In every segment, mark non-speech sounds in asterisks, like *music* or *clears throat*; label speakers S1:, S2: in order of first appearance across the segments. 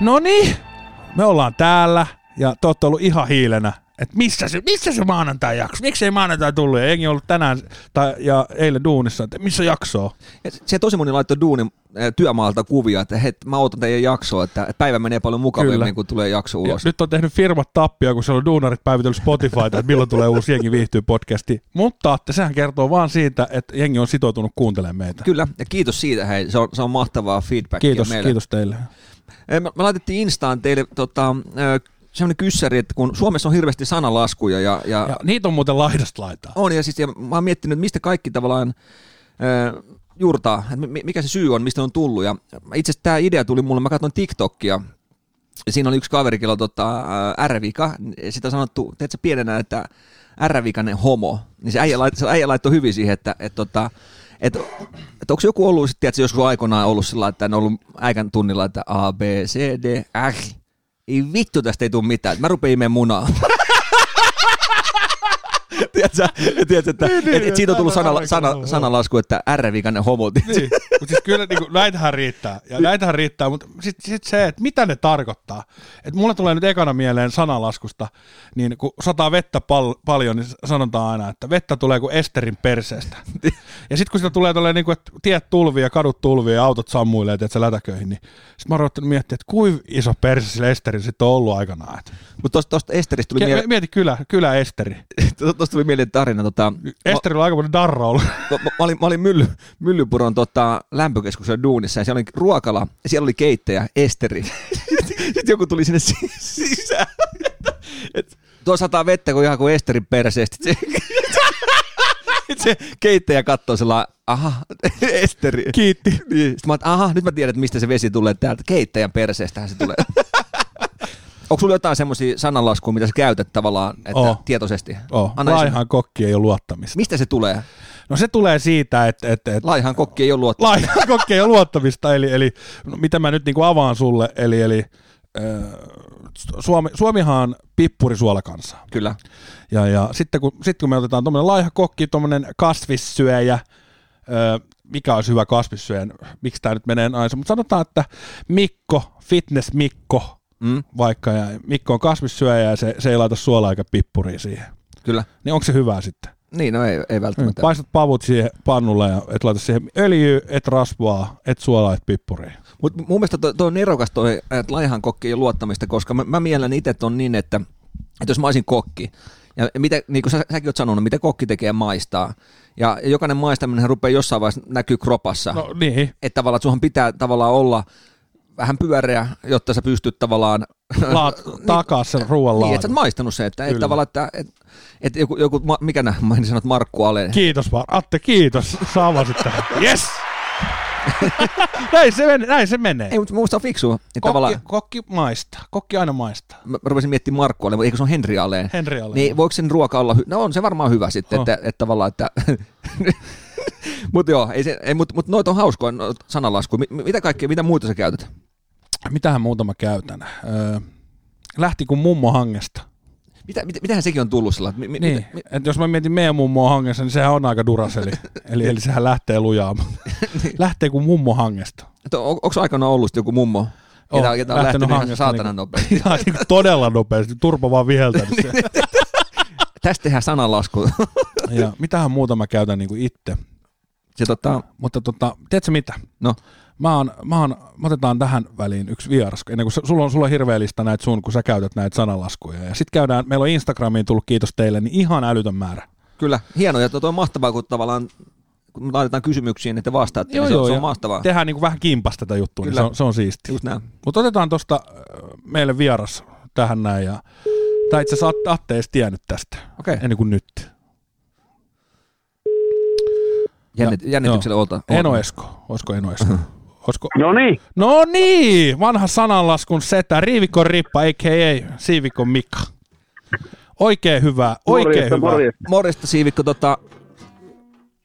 S1: no niin, me ollaan täällä ja te ootte ollut ihan hiilenä. Et missä se, missä se maanantai jakso? Miksei maanantai tullut? Ja Jengi on ollut tänään tai, ja eilen duunissa, että missä jaksoa?
S2: Ja se tosi moni laittoi duunin eh, työmaalta kuvia, että hei, mä otan teidän jaksoa, että että päivä menee paljon
S1: Kyllä.
S2: mukavammin, kun tulee jakso
S1: Ja
S2: ulos.
S1: nyt on tehnyt firmat tappia, kun siellä on duunarit päivitellyt Spotifyta, että milloin tulee uusi Jengi viihtyy podcasti. Mutta että sehän kertoo vaan siitä, että jengi on sitoutunut kuuntelemaan meitä.
S2: Kyllä, ja kiitos siitä, hei, se on, se on mahtavaa feedbackia
S1: Kiitos,
S2: meille.
S1: kiitos teille.
S2: Eh, Me, me laitettiin Instaan teille tota, semmoinen kyssäri, että kun Suomessa on hirveästi sanalaskuja ja, ja,
S1: Ja niitä on muuten laidasta laitaa.
S2: On, ja siis ja mä oon miettinyt, mistä kaikki tavallaan ö, juurtaa, että mi- mikä se syy on, mistä ne on tullut. Ja itse asiassa tämä idea tuli mulle, mä katson TikTokia, ja siinä oli yksi kaveri, kello tota, ö, R-vika, sitä on sanottu, teetkö pienenä, että R-vikainen homo, niin se äijä, lait, se äijä laittoi hyvin siihen, että, tota, että, että että, että onko joku ollut, sit, tiedätkö, joskus aikoinaan ollut sillä lailla, että on ollut äikän tunnilla, että A, B, C, D, R. Ei vittu, tästä ei tule mitään. Mä rupein imeen munaa. *laughs* tiedätkö, tiedätkö, että,
S1: Niin,
S2: niin,
S1: niin,
S2: et, et siitä on tullut
S1: aivan,
S2: sana,
S1: aivan, aivan.
S2: sana, sanalasku, että R-vikainen homo. *laughs* tiedätkö?
S1: Niin. Mut siis kyllä niin kuin, näitähän riittää, ja näitähän riittää, mutta sitten sit se, että mitä ne tarkoittaa. Et mulle tulee nyt ekana mieleen sanalaskusta, niin kun sataa vettä pal- paljon, niin sanotaan aina, että vettä tulee kuin Esterin
S2: *laughs*
S1: perseestä. ja sitten kun sitä tulee tolleen, niin kuin, että tiet tulvii ja kadut tulvii ja autot sammuilee, että sä lätäköihin, niin sitten mä oon ruvettu miettiä, että kuinka iso perse sillä Esterillä sitten on ollut aikanaan. Et.
S2: Mutta tuosta, tuosta Esteristä tuli,
S1: Ke-
S2: miele-
S1: mieti kylä, kylä Esteri.
S2: *laughs* tuosta tuli mieleen tarina. Tota, mä-
S1: Esterillä on aikamoinen darra
S2: *laughs*
S1: ollut.
S2: mä, mä, mä olin, mä olin Mylly, Myllypuron tota, lämpökeskuksen duunissa ja siellä oli ruokala ja siellä oli keittäjä Esteri. *laughs* Sitten joku tuli sinne si- sisään. Et, tuo sataa vettä kuin ihan kuin Esterin perseestä. Se, *laughs* sit se keittäjä katsoo sillä aha, Esteri.
S1: Kiitti.
S2: Niin. Sitten mä oon, että aha, nyt mä tiedän, että mistä se vesi tulee täältä. Keittäjän perseestähän se tulee. *laughs* Onko sulla jotain semmoisia sananlaskuja, mitä sä käytät tavallaan että
S1: Oo.
S2: tietoisesti?
S1: Oh,
S2: Anna esimerkki.
S1: laihan kokki ei ole luottamista.
S2: Mistä se tulee?
S1: No se tulee siitä, että, että, että
S2: Laihan kokki ei ole luottamista.
S1: *laughs* laihan kokee jo luottamista, eli, eli no, mitä mä nyt niin kuin avaan sulle, eli, eli äh, Su- Suomi, Suomihan on pippurisuolakansa.
S2: Kyllä.
S1: Ja, ja sitten, kun, sitten kun me otetaan tuommoinen laiha kokki, tuommoinen kasvissyöjä, äh, mikä olisi hyvä kasvissyöjä, miksi tämä nyt menee aina, mutta sanotaan, että Mikko, fitness Mikko,
S2: Mm,
S1: vaikka, ja Mikko on kasvissyöjä ja se, se ei laita suolaa eikä pippuria siihen.
S2: kyllä.
S1: Niin onko se hyvää sitten?
S2: Niin, no ei, ei välttämättä.
S1: Mm. Paistat pavut siihen pannulle ja et laita siihen öljyä, et rasvaa, et suolaa, et pippuria.
S2: Mutta mun mielestä toi, toi on nerokas toi, että laihan kokki ei ole luottamista, koska mä, mä mielelläni itse on niin, että, että jos mä olisin kokki, ja mitä, niin kuin sä, säkin oot sanonut, mitä kokki tekee maistaa, ja jokainen maistaminen rupeaa jossain vaiheessa näkyy kropassa. No.
S1: No niin,
S2: Että tavallaan, että sunhan pitää tavallaan olla vähän pyöreä, jotta sä pystyt *laughs* tavallaan...
S1: laat takaa sen ruoan
S2: Niin, että sä
S1: laadun.
S2: oot maistanut se, että, että
S1: Kyllä.
S2: tavallaan, että, että, että joku, joku, ma- mikä nää, mä en sano, että Markku Ale,
S1: Kiitos vaan. Atte, kiitos. Sä avasit tähän. *laughs* Yes! näin, se menee, näin se menee.
S2: ei, mutta minusta on fiksua. Että
S1: Kokki,
S2: tavallaan,
S1: kokki maistaa. Kokki aina maistaa.
S2: mä rupesin miettimään Markku Ale, mutta eikö se ole Henri Aleen?
S1: Henri Alén.
S2: Niin voiko sen ruoka olla, hy- no on se varmaan hyvä sitten,
S1: On.
S2: että, että tavallaan, että... *laughs* mutta joo, ei se, ei, mut, mut noit on hauskoja noit sanalaskuja. Mi- mi- Mitä kaikkea, mitä muuta sä käytät?
S1: Mitähän muuta mä käytän? Öö, lähti kuin mummo hangesta.
S2: Mitä, mit, mitähän sekin on tullut sillä? Mi, mi,
S1: Niin,
S2: mitä- mi-
S1: että jos mä mietin meidän mummoa hangessa, niin sehän on aika *laughs* duraseli. eli, eli sehän lähtee *laughs* lujaamaan. lähtee kuin mummo hangesta.
S2: että on, onko aikana ollut sit joku mummo?
S1: On,
S2: Ketä, ketä
S1: lähtenyt
S2: on lähtenyt ihan
S1: hangesta
S2: saatanan
S1: niinku-
S2: nopeasti.
S1: Ihan niin todella nopeasti, turpa vaan viheltänyt se.
S2: Tästä tehdään sanalasku.
S1: ja mitähän muuta mä käytän niin itse.
S2: *laughs* se tota,
S1: Mutta tota, tiedätkö mitä?
S2: no,
S1: Mä, oon, mä, oon, mä otetaan tähän väliin yksi vieras, ennen kuin sä- sulla on, sulla on hirveä lista näitä sun, kun sä käytät näitä sanalaskuja. Ja sit käydään, meillä on Instagramiin tullut kiitos teille, niin ihan älytön määrä.
S2: kyllä, hienoa. Ja tuo on mahtavaa, kun tavallaan kun me laitetaan kysymyksiin, että te vastaatte, niin se, on- se
S1: ja
S2: on mahtavaa.
S1: Tehdään niin kuin vähän kimpas tätä juttua, niin
S2: Kyllä.
S1: se on, se on siisti.
S2: Just näin.
S1: Mutta otetaan tuosta äh, meille vieras tähän näin. Ja, tai itse asiassa Atte- Atte ei edes tiennyt tästä,
S2: Okei.
S1: ennen kuin nyt.
S2: Jännit,
S1: Ja-
S2: jännityksellä
S1: joo.
S2: olta.
S1: Eno Esko. Olisiko Eno *laughs* Esko? Olisiko?
S3: No niin,
S1: No niin, vanha sananlaskun setä, riivikon rippa, a.k.a. siivikon Mika. Oikein hyvä, oikein
S3: morjesta,
S1: hyvä.
S3: morjesta.
S2: Morjesta Siivikko, tota...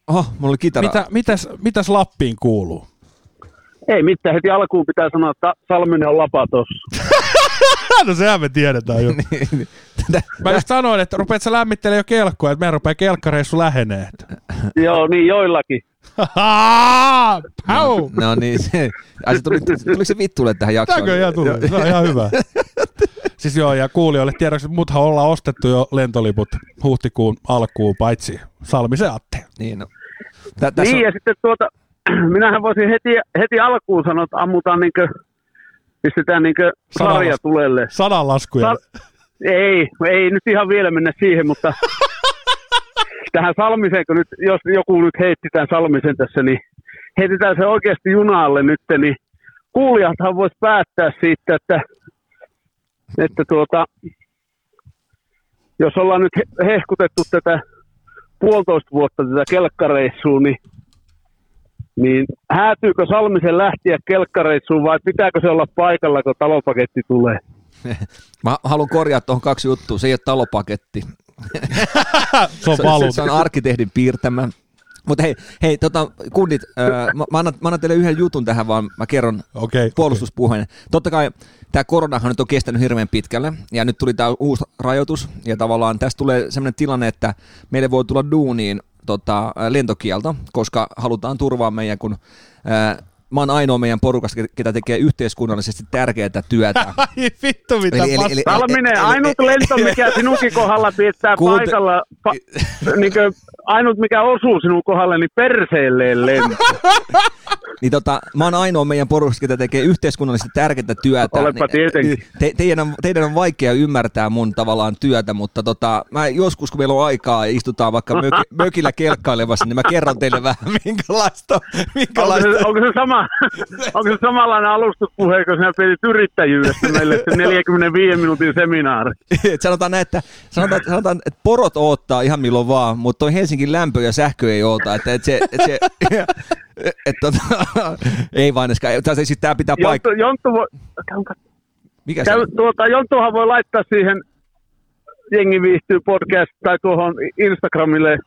S2: Oho, mulla oli kitara.
S1: Mitä, mitäs, mitäs Lappiin kuuluu?
S3: Ei mitään, heti alkuun pitää sanoa, että Salminen on lapa tossa.
S1: no sehän me tiedetään jo.
S2: Niin. Tätä-
S1: *laughs* Mä just sanoin, että rupeat sä lämmittelemään jo kelkkoa, että meidän rupeaa kelkkareissu *laughs* lähenee.
S2: Äh.
S3: Joo, niin joillakin.
S1: Pau!
S2: No niin, se, ai se tuli, tuliko se vittuille tähän jaksoon?
S1: Tääkö ihan tuli? Se on ihan hyvä. *laughs* Siis joo, ja kuulijoille tiedoksi, että muthan ollaan ostettu jo lentoliput huhtikuun alkuun, paitsi Salmisen Atte.
S2: Niin, no. Tä, tässä
S3: Niin,
S2: on,
S3: ja sitten tuota, *clears throat* minähän voisin heti, heti alkuun sanoa, että ammutaan niinkö, pistetään niinkö
S1: Sanalla.
S3: sarja tulelle.
S1: Sadan laskuja.
S3: Sal- ei, ei nyt ihan vielä mennä siihen, mutta tähän Salmiseen, kun nyt, jos joku nyt heitti tämän Salmisen tässä, niin heitetään se oikeasti junalle nyt, niin kuulijathan voisi päättää siitä, että, että tuota, jos ollaan nyt he- hehkutettu tätä puolitoista vuotta tätä kelkkareissua, niin, niin häätyykö Salmisen lähtiä kelkkareissuun vai pitääkö se olla paikalla, kun talopaketti tulee?
S2: mä haluan korjaa tuohon kaksi juttua. Se ei ole talopaketti.
S1: Se on
S2: Se, se,
S1: valu.
S2: se on arkkitehdin piirtämä. Mutta hei, hei tota, kundit, ää, mä, mä, annan, mä annan teille yhden jutun tähän, vaan mä kerron
S1: Okei.
S2: puolustuspuheen. Totta kai tämä koronahan nyt on kestänyt hirveän pitkälle, ja nyt tuli tämä uusi rajoitus, ja tavallaan tästä tulee sellainen tilanne, että meille voi tulla duuniin tota, ää, lentokielto, koska halutaan turvaa meidän, kun ää, mä oon ainoa meidän porukasta, ke- ketä tekee yhteiskunnallisesti tärkeää
S1: *laughs*
S2: työtä.
S1: Ai vittu, mitä
S2: Eli- eli-
S1: paskaa.
S2: eli-
S3: Salminen, ainut lento, mikä sinunkin kohdalla piettää
S2: Kuunte-
S3: paikalla, pa, niin kuin, ainut mikä osuu sinun kohdalle, niin perseelleen lento.
S2: Niin tota, mä oon ainoa meidän porukasta, ketä tekee yhteiskunnallisesti tärkeää työtä. Niin,
S3: Olepa tietenkin.
S2: Te, teidän, on, teidän on vaikea ymmärtää mun tavallaan työtä, mutta tota, mä joskus kun meillä on aikaa ja istutaan vaikka
S3: *laughs*
S2: möki, mökillä kelkkailemassa, niin mä kerron teille vähän *laughs* minkälaista,
S3: Onko
S2: minkälaista
S3: se, onko, se sama, onko se samanlainen alustuspuhe, kun sinä pidit yrittäjyydestä meille se 45 minuutin seminaari?
S2: Et sanotaan näin, että, sanotaan, sanotaan, että porot oottaa ihan milloin vaan, mutta toi Helsingin lämpö ja sähkö ei oota. Että, että se, että se, *laughs* et, tota, *laughs* ei vain edes, tai siis tää pitää
S3: Jonttu,
S2: paikkaa.
S3: Jonttu voi,
S2: Mikä se
S3: käy,
S2: on?
S3: tuota, Jonttuhan voi laittaa siihen Jengi viihtyy podcast tai tuohon Instagramille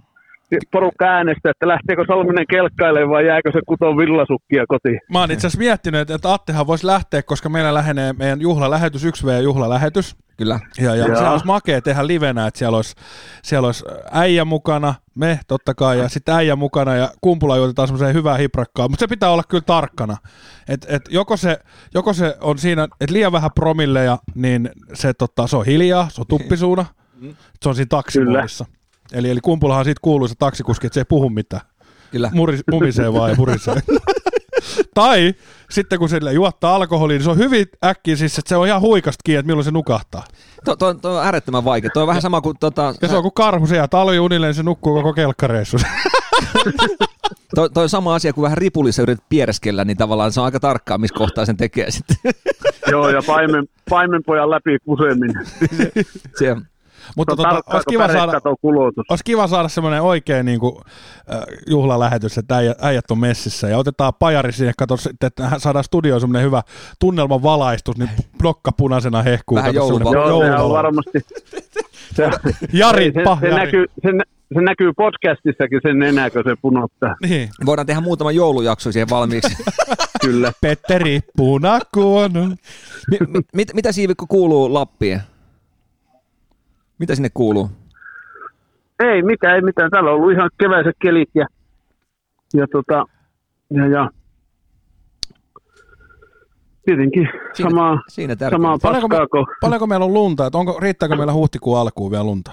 S3: porukka äänestä, että lähteekö Salminen kelkkailemaan vai jääkö se kuton villasukkia kotiin.
S1: Mä oon itse asiassa miettinyt, että Attehan voisi lähteä, koska meillä lähenee meidän juhlalähetys, 1V-juhlalähetys.
S2: Kyllä.
S1: Ja, ja
S3: Joo.
S1: se olisi makea tehdä livenä, että siellä olisi, siellä olisi äijä mukana, me totta kai, ja sitten äijä mukana, ja kumpula juotetaan semmoiseen hyvään hiprakkaan, mutta se pitää olla kyllä tarkkana. Et, et joko, se, joko se on siinä, että liian vähän promilleja, niin se, tota, se on hiljaa, se on tuppisuuna, se on siinä taksimuodissa. Eli, eli kumpulahan siitä kuuluu se taksikuski, että se ei puhu mitään.
S2: Kyllä.
S1: Muris, mumisee vaan ja murisee. tai sitten kun sille juottaa alkoholia, niin se on hyvin äkkiä siis, että se on ihan huikasta kiinni, että milloin se nukahtaa.
S2: Tuo, tuo, tuo on äärettömän vaikea. Tuo on vähän sama kuin... Tota,
S1: Ja se on kuin karhu siellä talviunille, niin se nukkuu koko kelkkareissu.
S2: Toi, toi on sama asia kuin vähän ripulissa yrität piereskellä, niin tavallaan se on aika tarkkaa, missä kohtaa sen tekee sitten. *laughs*
S3: Joo, ja paimen, paimenpojan läpi kuseminen.
S2: Se, on-
S1: *laughs* Mutta
S3: No,
S1: tota,
S3: tarkkaa,
S1: olisi
S3: kun
S1: kiva saada,
S3: pärekaton kulotus.
S1: olisi kiva saada semmoinen oikea niin kuin, äh, juhlalähetys, että äijä- äijät on messissä ja otetaan pajari sinne, kato sitten, että hän saadaan studioon semmoinen hyvä tunnelman valaistus, niin nokka punaisena hehkuu.
S2: Vähän
S1: kato, semmoinen
S2: jouluvalo.
S3: Joo, sehän on
S1: jouluvalo.
S3: varmasti. Se,
S1: *laughs* Jari,
S3: se,
S1: pah,
S3: se,
S1: Jari.
S3: näkyy, se, nä- se, näkyy podcastissakin sen nenäkö se punottaa.
S1: Niin.
S2: voidaan tehdä muutama joulujakso siihen *laughs* valmiiksi.
S3: Kyllä.
S1: Petteri Punakuono.
S2: mi, mi, mit, mitä siivikko kuuluu Lappiin? Mitä sinne kuuluu?
S3: Ei mitään, ei mitään. Täällä on ollut ihan keväiset kelit ja, ja, tota, ja, ja. tietenkin
S2: Siinä-
S3: samaa,
S2: siinä tärkeää.
S3: samaa
S1: Paljonko, me,
S3: paskaa, kun
S1: paljonko meillä on lunta? Et onko, riittääkö meillä huhtikuun alkuun vielä lunta?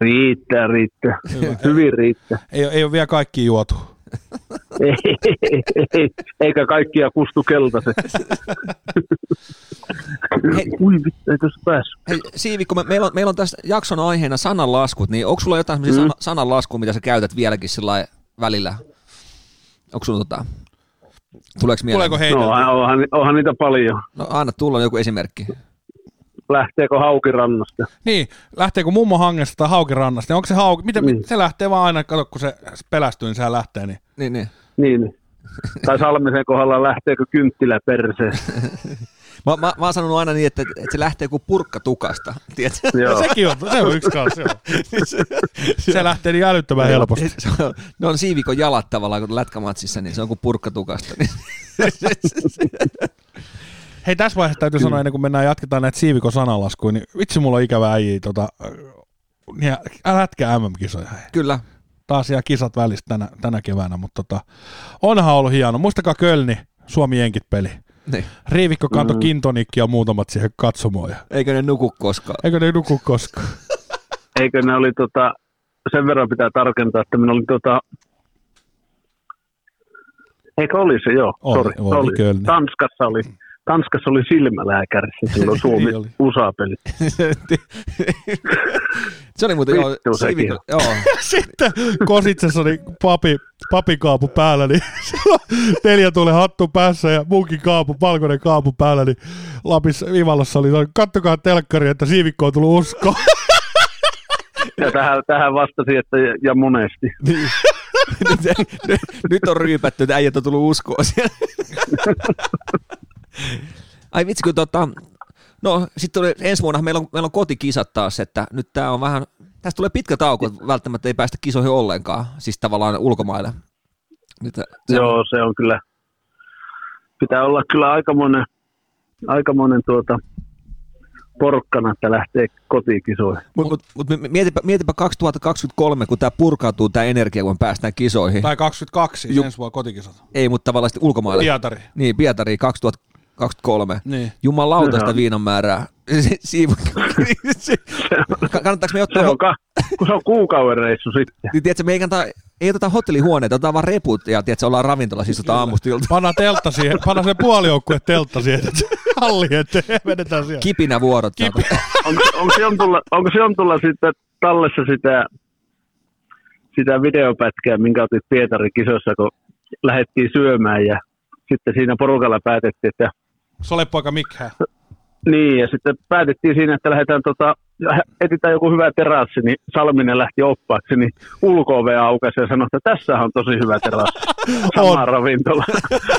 S3: riittää, riittää. Hyvin riittää.
S1: Ei, ei ole vielä kaikki juotu.
S3: Ei, ei, ei, eikä kaikkia kustu keltaiset.
S2: Hei.
S3: Ui, vittu, ei tuossa päässyt.
S2: Hei, Siivikko, me, meillä, on, meillä on tässä jakson aiheena sananlaskut, niin onko sulla jotain mm. sana, sananlaskua, mitä sä käytät vieläkin sillä lailla välillä? Onko sulla tota... Tuleeko mieleen?
S1: Tuleeko
S3: No,
S1: heitä?
S3: onhan, onhan, onhan niitä paljon.
S2: No anna tulla joku esimerkki.
S3: lähteekö haukirannasta.
S1: Niin, lähteekö mummo hangesta tai haukirannasta? Niin onko se hauki? Miten,
S3: Niin.
S1: Se lähtee vaan aina, kato, kun se pelästyy, niin sehän lähtee. Niin.
S2: Niin, niin.
S3: Niin. Tai Salmisen kohdalla lähteekö kynttilä perseestä.
S2: Mä, mä, mä oon sanonut aina niin, että, että se lähtee kuin purkka tukasta, tiedätkö?
S1: *laughs* No,
S3: Joo.
S1: sekin on, se on yksi kanssa. Joo. *laughs* se lähtee niin älyttömän helposti.
S2: Se on- Ne on siivikon jalat tavallaan, kun lätkämatsissa, niin se on kuin purkkatukasta. Niin.
S1: Hei, tässä vaiheessa täytyy sanoa, ennen kuin mennään jatketaan näitä siivikon sanalaskuja, niin vitsi mulla on ikävä äijä, tota, äh, niin älä hätkää MM-kisoja. hei.
S2: *laughs* Kyllä.
S1: Taas jää kisat välistä tänä, tänä keväänä, mutta tota, onhan ollut hieno. Muistakaa Kölni, Suomi-Jenkit peli.
S2: Niin.
S1: Riivikko kanto mm. kintonikki ja muutamat siihen katsomoon. ja-
S2: Eikö ne nuku
S1: *laughs*
S2: koskaan?
S1: Eikö ne nuku koskaan?
S3: Eikö ne oli tota, sen verran pitää tarkentaa, että minä olin tota, eikö oli se joo,
S1: Oli,
S3: sori,
S1: oli kyllä.
S3: Tanskassa oli, Tanskassa oli silmälääkärissä
S1: *laughs*
S3: silloin Suomi
S1: Niin oli.
S3: USA-peli.
S2: se oli muuten, joo,
S3: Vittu sekin.
S2: siivikko, joo.
S1: *laughs* Sitten Kositsessa oli papi, papin kaapu päällä, niin *laughs* sillä on neljä tulee hattu päässä ja munkin kaapu, valkoinen kaapu päällä, niin Lapissa Ivalassa oli, kattokaa telkkari, että siivikko on tullut usko.
S3: Ja tähän, tähän vastasi, että ja, ja monesti.
S2: nyt, nyt, Niin. *laughs* nyt on ryypätty, että äijät on tullut uskoa siellä. Ai vitsi, kun tota, no sitten tulee ensi vuonna, meillä on, meillä on kotikisat taas, että nyt tämä on vähän, tästä tulee pitkä tauko, että välttämättä ei päästä kisoihin ollenkaan, siis tavallaan ulkomaille. Nyt, äh, se,
S3: Joo, se on kyllä, pitää olla kyllä aikamoinen, aikamoinen tuota, porkkana, että lähtee kotikisoihin.
S2: Mut, mut, mut mi- mietipä, mietipä 2023, kun tämä purkautuu, tämä energia, kun päästään
S1: *laughs*
S2: kisoihin.
S1: Tai 22,
S2: Ju-
S1: ensi vuonna kotikisat.
S2: Ei, mutta tavallaan sitten ulkomaille.
S1: Pietari.
S2: Niin, Pietari 2023.
S1: Niin.
S2: Jumalauta sitä
S3: Joo.
S2: viinan määrää. *laughs* Si-
S3: *laughs*
S2: Siivu. Ka- Kannattaako me ottaa...
S3: Se
S2: ho-
S3: on, ka, kun se on kuukauden reissu sitten.
S2: Niin, tiedätkö, me ei, kannata, ei oteta hotellihuoneita, otetaan vaan reput ja tiedätkö, ollaan ravintolassa istutaan aamusta ilta.
S1: Panna teltta siihen, panna se puolijoukkue teltta siihen, että halli eteen, vedetään siellä.
S2: Kipinä vuorot.
S1: Kipi-
S2: sanotaan.
S3: Onko, onko, se on tulla, onko se on tulla sitten tallessa sitä, sitä videopätkää, minkä otit Pietarin kisossa, kun lähdettiin syömään ja sitten siinä porukalla päätettiin, että
S1: Solepoika Mikhä.
S3: niin, ja sitten päätettiin siinä, että lähdetään tota, etsitään joku hyvä terassi, niin Salminen lähti oppaaksi, niin ulko aukasi ja sanoi, että tässä on tosi hyvä terassi. Sama
S1: On.
S3: ravintola.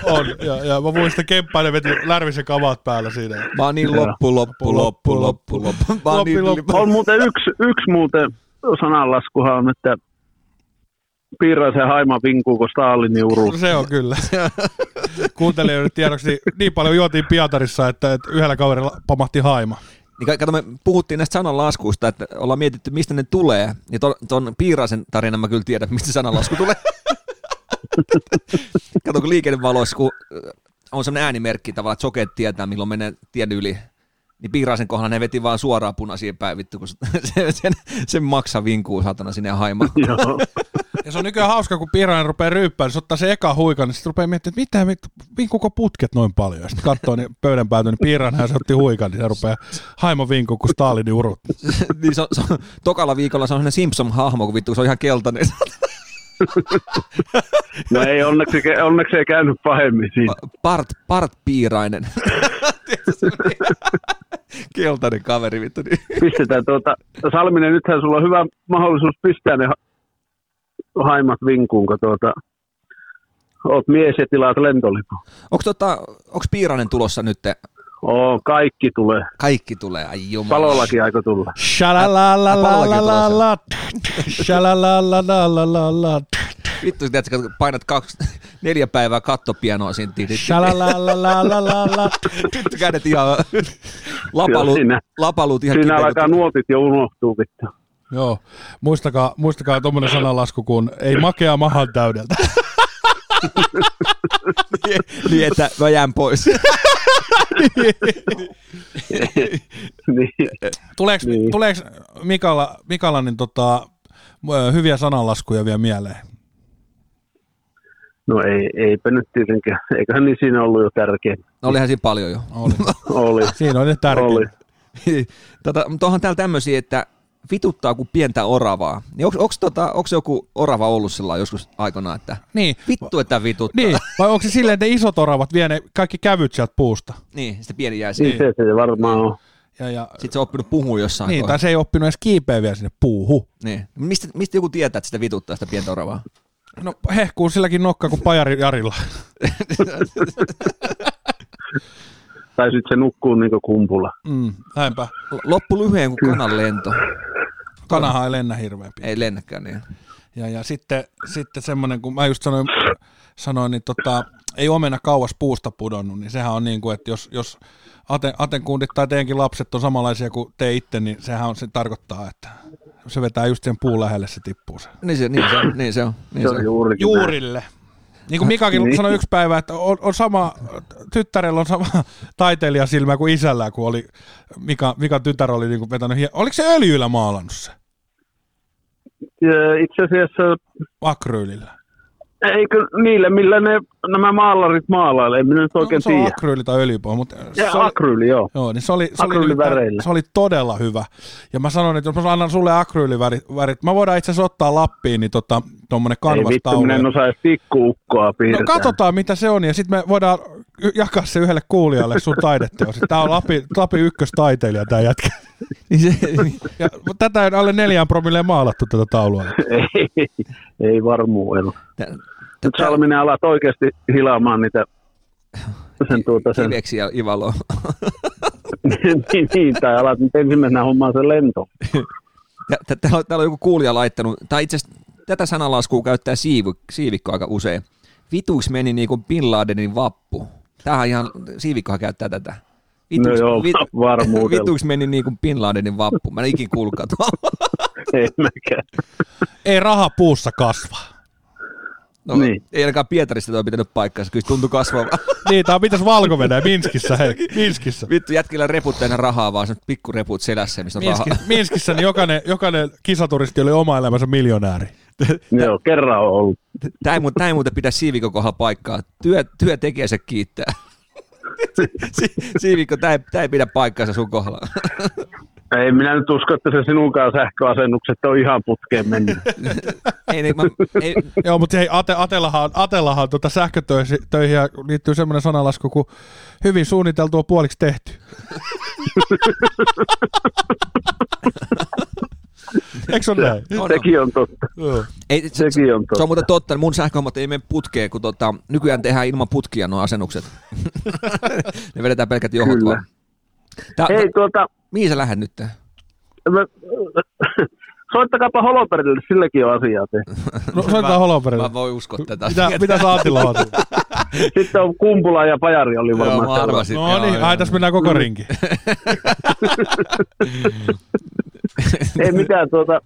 S1: On, ja, ja mä muistan, Kemppainen veti Lärvisen kavat päällä siinä.
S2: Mä oon niin
S3: Joo.
S2: loppu, loppu, loppu, loppu, loppu. Mä oon
S1: Loppi,
S2: niin,
S1: loppu.
S3: On muuten yksi, yksi muuten sananlaskuhan on, että Piiraisen haima vinkuu, kun Stalinin
S1: *laughs*
S3: uru.
S1: Se on kyllä. Kuuntelijoiden tiedoksi niin, niin paljon juotiin Pietarissa, että, että yhdellä kaverilla pamahti haima.
S2: Niin ka- kato, me puhuttiin näistä sananlaskuista, että ollaan mietitty, mistä ne tulee. Ja ton, ton Piiraisen tarinan mä kyllä tiedän, mistä sananlasku tulee. *laughs* kato, kun liikennevaloissa, kun ö, on sellainen äänimerkki tavallaan, että sokeet tietää, milloin menee tien yli. Niin Piiraisen kohdalla ne veti vaan suoraan punaisiin päin, vittu, kun se- *laughs* sen, sen, sen maksa vinkuu satana sinne haimaan.
S3: Joo.
S1: Ja se on nykyään hauska, kun piirainen rupeaa ryyppään, niin se ottaa se eka huikan, niin sitten rupeaa miettimään, että mitä, mit- vinkuuko putket noin paljon. Ja sitten katsoo niin pöydän päätyyn, niin piirainen se otti huikan, niin se rupeaa haimo vinkuu, kun Stalinin urut.
S2: *laughs* niin se, on- se, on- tokalla viikolla se on sellainen Simpson-hahmo, kun vittu, kun se on ihan keltainen. *laughs*
S3: No ei, onneksi, onneksi ei käynyt pahemmin siinä.
S2: Part, part Piirainen. Tiedätkö, semmoinen Keltainen kaveri, vittu. Niin.
S3: Pistetään tuota, Salminen, nythän sulla on hyvä mahdollisuus pistää ne ha- haimat vinkuun, kun tuota, oot mies ja tilaat lentolipun.
S2: Onko tota, onks Piirainen tulossa nyt?
S3: Oo, kaikki tulee.
S2: Kaikki tulee, ai jumala.
S3: Palollakin aiko tulla.
S1: Shalalalalalala. Shalalalalalala.
S2: Vittu, sä tiedätkö, kun painat kaksi, neljä päivää kattopianoa siinä. Tidi.
S1: Shalalalalalala.
S2: Tyttö kädet ihan
S3: Joo,
S2: lapalut,
S3: siinä-
S2: lapalut ihan
S3: Siinä
S2: kipeä,
S3: alkaa
S2: kun-
S3: nuotit jo unohtuu vittu.
S1: Joo, muistakaa, muistakaa tuommoinen sananlasku kuin ei makea mahan täydeltä.
S2: niin, että mä jään pois.
S3: niin.
S1: Tuleeko, niin.
S3: Niin.
S1: tuleeko Mikala, Mikala niin tota, ö, hyviä sananlaskuja vielä mieleen?
S3: No ei, eipä nyt tietenkään. Eiköhän niin siinä ollut jo tärkeä.
S2: No, olihan siinä paljon jo.
S1: Oli. *laughs*
S3: Oli.
S1: Siinä on ne
S3: Oli.
S1: tärkeitä.
S2: *laughs* tota, mutta onhan täällä tämmöisiä, että vituttaa kuin pientä oravaa. Niin onko, onko, tota, onko joku orava ollut sillä lailla joskus aikana, että
S1: Niin.
S2: vittu, että vituttaa.
S1: Niin, vai onko se silleen, että ne isot oravat vie ne kaikki kävyt sieltä puusta?
S2: niin sitten pieni jää siihen.
S3: Niin se se varmaan on.
S1: Ja, ja,
S2: Sitten se on oppinut puhua jossain
S1: niin,
S2: kohtaa.
S1: tai se ei oppinut edes kiipeä vielä sinne puuhun.
S2: Niin. Mistä, mistä joku tietää, että sitä vituttaa sitä pientä oravaa?
S1: No hehkuu silläkin nokka kuin Pajari Jarilla.
S3: Tai sitten se nukkuu niin kumpulla.
S1: Mm, näinpä.
S2: L- Loppu lyhyen kuin kanan lento.
S1: Kanahan ei lennä hirveän pitkä.
S2: Ei lennäkään niin.
S1: Ja, ja sitten, sitten semmoinen, kun mä just sanoin, sanoin niin tota, ei omena kauas puusta pudonnut, niin sehän on niin kuin, että jos, jos aten, atenkundit tai teidänkin lapset on samanlaisia kuin te itse, niin sehän on, se tarkoittaa, että se vetää just sen puun lähelle, se tippuu se.
S2: Niin se, niin se on. Niin se on, niin se
S3: on
S2: on.
S3: juurikin näin.
S1: Juurille. Niin kuin Mikakin
S3: Niin.
S1: sanoi yksi päivä, että on, on sama, tyttärellä on sama *laughs* taiteilijasilmä kuin isällä, kun oli, Mika, Mika tytär oli niin kuin vetänyt, hie- oliko se öljyllä maalannut se?
S3: Ja Itse asiassa
S1: Akryylillä.
S3: Eikö niillä, millä ne, nämä maalarit maalailee, en minä nyt oikein
S1: No, se on
S3: tiedä.
S1: akryyli tai öljypohja, mutta
S3: Ja
S1: se oli,
S3: akryyli, joo.
S1: joo, niin se, oli, se, oli,
S3: Akryyliväreillä.
S1: se oli todella hyvä. Ja mä sanoin, että jos mä annan sulle akryylivärit, värit, mä voidaan itse asiassa ottaa Lappiin niin tota, tuommoinen
S3: Ei vittu,
S1: kanvastaulu.
S3: minä en osaa edes pikkuukkoa
S1: No
S3: piirtää.
S1: katsotaan, mitä se on, ja sitten me voidaan y- jakaa se yhdelle kuulijalle sun taideteos. Tämä on Lapi, Lapi ykköstaiteilija tämä jätkä.
S2: Niin se, *laughs* niin.
S1: Ja, mut tätä ei alle neljään promilleen maalattu tätä taulua.
S3: *laughs* ei, ei varmuudella.
S2: Tää-
S3: Nyt Salminen alat oikeasti hilaamaan niitä sen tuota sen,
S2: Kiveksi ja Ivalo.
S3: *laughs* niin, niin, tai alat nyt ensimmäisenä hommaa sen lento. *laughs*
S2: Ja tä- Täällä on, täällä on joku kuulija laittanut, tai itse asiassa tätä sanalaskua käyttää siivu, siivikko aika usein. Vituiksi meni niin kuin Bin Ladenin vappu. Tämähän on ihan, siivikkohan käyttää tätä.
S3: No joo, varmuudella.
S2: Vituiksi meni niin kuin Bin Ladenin vappu. Mä en ikin kuullutkaan tuolla.
S3: Ei mäkään.
S1: Ei raha puussa kasva.
S2: No,
S3: Niin.
S2: Ei ainakaan Pietarista toi pitänyt paikkaansa, kyllä se tuntui kasvava.
S1: Niin, tämä on mitäs valko Minskissä, hei. Minskissä.
S2: *laughs* Vittu, jätkillä reput täynnä rahaa, vaan semmoset pikkureput selässä, mistä on
S1: Minski,
S2: rahaa.
S1: Minskissä niin jokainen, jokainen kisaturisti oli oma elämänsä miljonääri.
S3: Joo, kerran on ollut.
S2: Tämä ei, mu- tää ei muuten pidä siivikon kohdalla paikkaa. Työ, työ tekijänsä kiittää. Si- Siivikko, tämä ei, tää ei pidä paikkaansa sun kohdalla.
S3: Ei minä nyt usko, että se sinunkaan sähköasennukset on ihan putkeen
S1: *laughs*
S3: mennyt.
S1: No,
S2: ei, niin, mä, ei,
S1: Joo, mutta hei, Ate, Atellahan, Atellahan tuota sähkötöihin ja liittyy semmoinen sanalasku kuin hyvin suunniteltu on puoliksi tehty. Eikö ole näin?
S2: on, on.
S3: Sekin on totta.
S1: Joo.
S2: Ei, se, se,
S3: Sekin on
S2: se on
S3: totta.
S2: muuten totta, mun sähköhommat ei mene putkeen, kun tota, nykyään tehdään ilman putkia nuo
S3: *laughs*
S2: asennukset. ne vedetään pelkät johot
S3: Kyllä.
S2: vaan. Tää,
S3: Hei, tuota,
S2: mihin sä lähdet nyt?
S3: Mä- *coughs* Soittakaapa Holoperille, silläkin on asiaa
S2: *laughs*
S3: tehty.
S1: No, soitetaan
S2: Mä
S1: Holoperille.
S2: voin uskoa tätä.
S1: Mitä, mitä sä Antilla oot?
S3: Sitten on Kumpula ja Pajari oli
S2: Joo,
S3: varmaan
S2: mä
S3: sellainen.
S2: arvasin.
S1: No niin, ai tässä mennään koko rinki.
S3: Ei mitään,
S2: *laughs*
S3: tuota,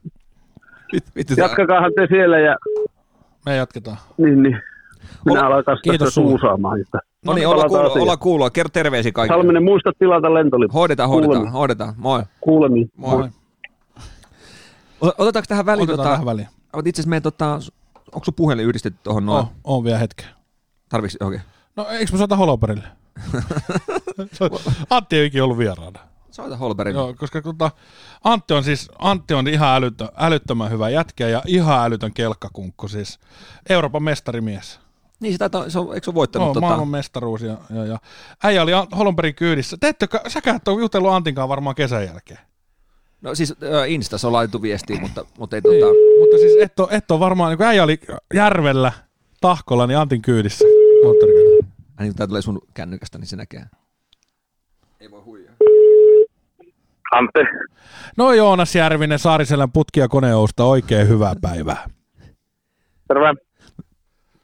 S2: Vittu, tää-
S3: jatkakaahan te siellä ja
S1: Me jatketaan.
S3: niin, niin. Minä
S2: Ol-
S3: alan kanssa
S1: kiitos
S3: tästä
S1: sulle.
S3: suusaamaan. Että
S2: No niin, olla
S3: palataan
S2: kuuloa,
S3: asiaan.
S2: olla kuuloa. Kerro terveisiä kaikille.
S3: Salminen, muista tilata lentolippu.
S2: Hoidetaan, hoidetaan,
S3: Kuulemiin.
S2: hoidetaan. Moi.
S3: Kuulemiin.
S1: Moi.
S2: O- Otetaanko tähän väliin?
S1: Otetaan tähän väliin.
S2: Mutta itse asiassa meidän tota, onko sun puhelin yhdistetty tuohon noin?
S1: Oh,
S2: Oh.
S1: on vielä hetken.
S2: Tarviks, okei. Okay.
S1: No eikö mä soita *laughs* Holoperille? Antti ei ole ikinä ollut vieraana.
S2: Soita Holbergille.
S1: Joo, koska tota, Antti on siis Antti on ihan älyttö, älyttömän hyvä jätkä ja ihan älytön kelkkakunkku, siis Euroopan mestarimies.
S2: Niin, se taitaa, se on, eikö se ole voittanut?
S1: No,
S2: No, tota,
S1: maailman mestaruus ja, ja, ja, äijä oli Ant- Holmbergin kyydissä. Te ette, ole- säkään et ole jutellut Antinkaan varmaan kesän jälkeen.
S2: no siis ö, Instassa on
S1: *clears throat*
S2: laitettu viestiä, mutta, mutta ei tota...
S1: Mutta siis et ole, et ole varmaan, niin kun äijä oli järvellä Tahkolla, niin Antin kyydissä. moottorikelkalla.
S2: Ai niin, tää tulee sun kännykästä, niin se näkee. Ei voi huijaa.
S3: Antti.
S1: No Joonas Järvinen Saariselän putkia koneusta, oikein hyvää päivää.
S3: Terve.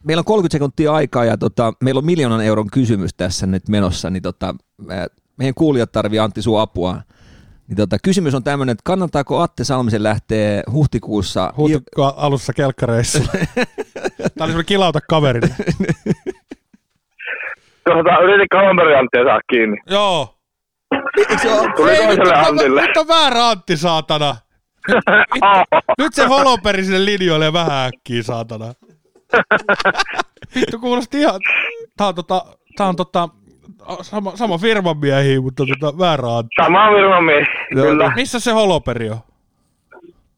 S2: Meillä on 30 sekuntia aikaa ja tota, meillä on miljoonan euron kysymys tässä nyt menossa, niin tota, ää, meidän kuulijat tarvii Antti sun apua. Niin tota, kysymys on tämmöinen, että kannattaako Atte Salmisen lähteä huhtikuussa
S1: Huutikko alussa
S2: *laughs*
S1: kelkkareissa. Tämä oli semmoinen kilauta kaverille.
S4: Tuota, yritin kalenteri Anttia saa kiinni.
S1: Joo.
S4: Tuli toiselle
S2: tuota-
S4: Antille.
S1: Nyt on väärä Antti, saatana. Nyt se holoperi sinne linjoille vähän äkkiä, saatana. Vittu, kuulosti ihan... Tää on tota... Tää on tota... Sama, sama firman miehiä, mutta tota, väärä Antti.
S4: Sama on minun mies, kyllä.
S2: niin.
S1: Missä se holoperi on?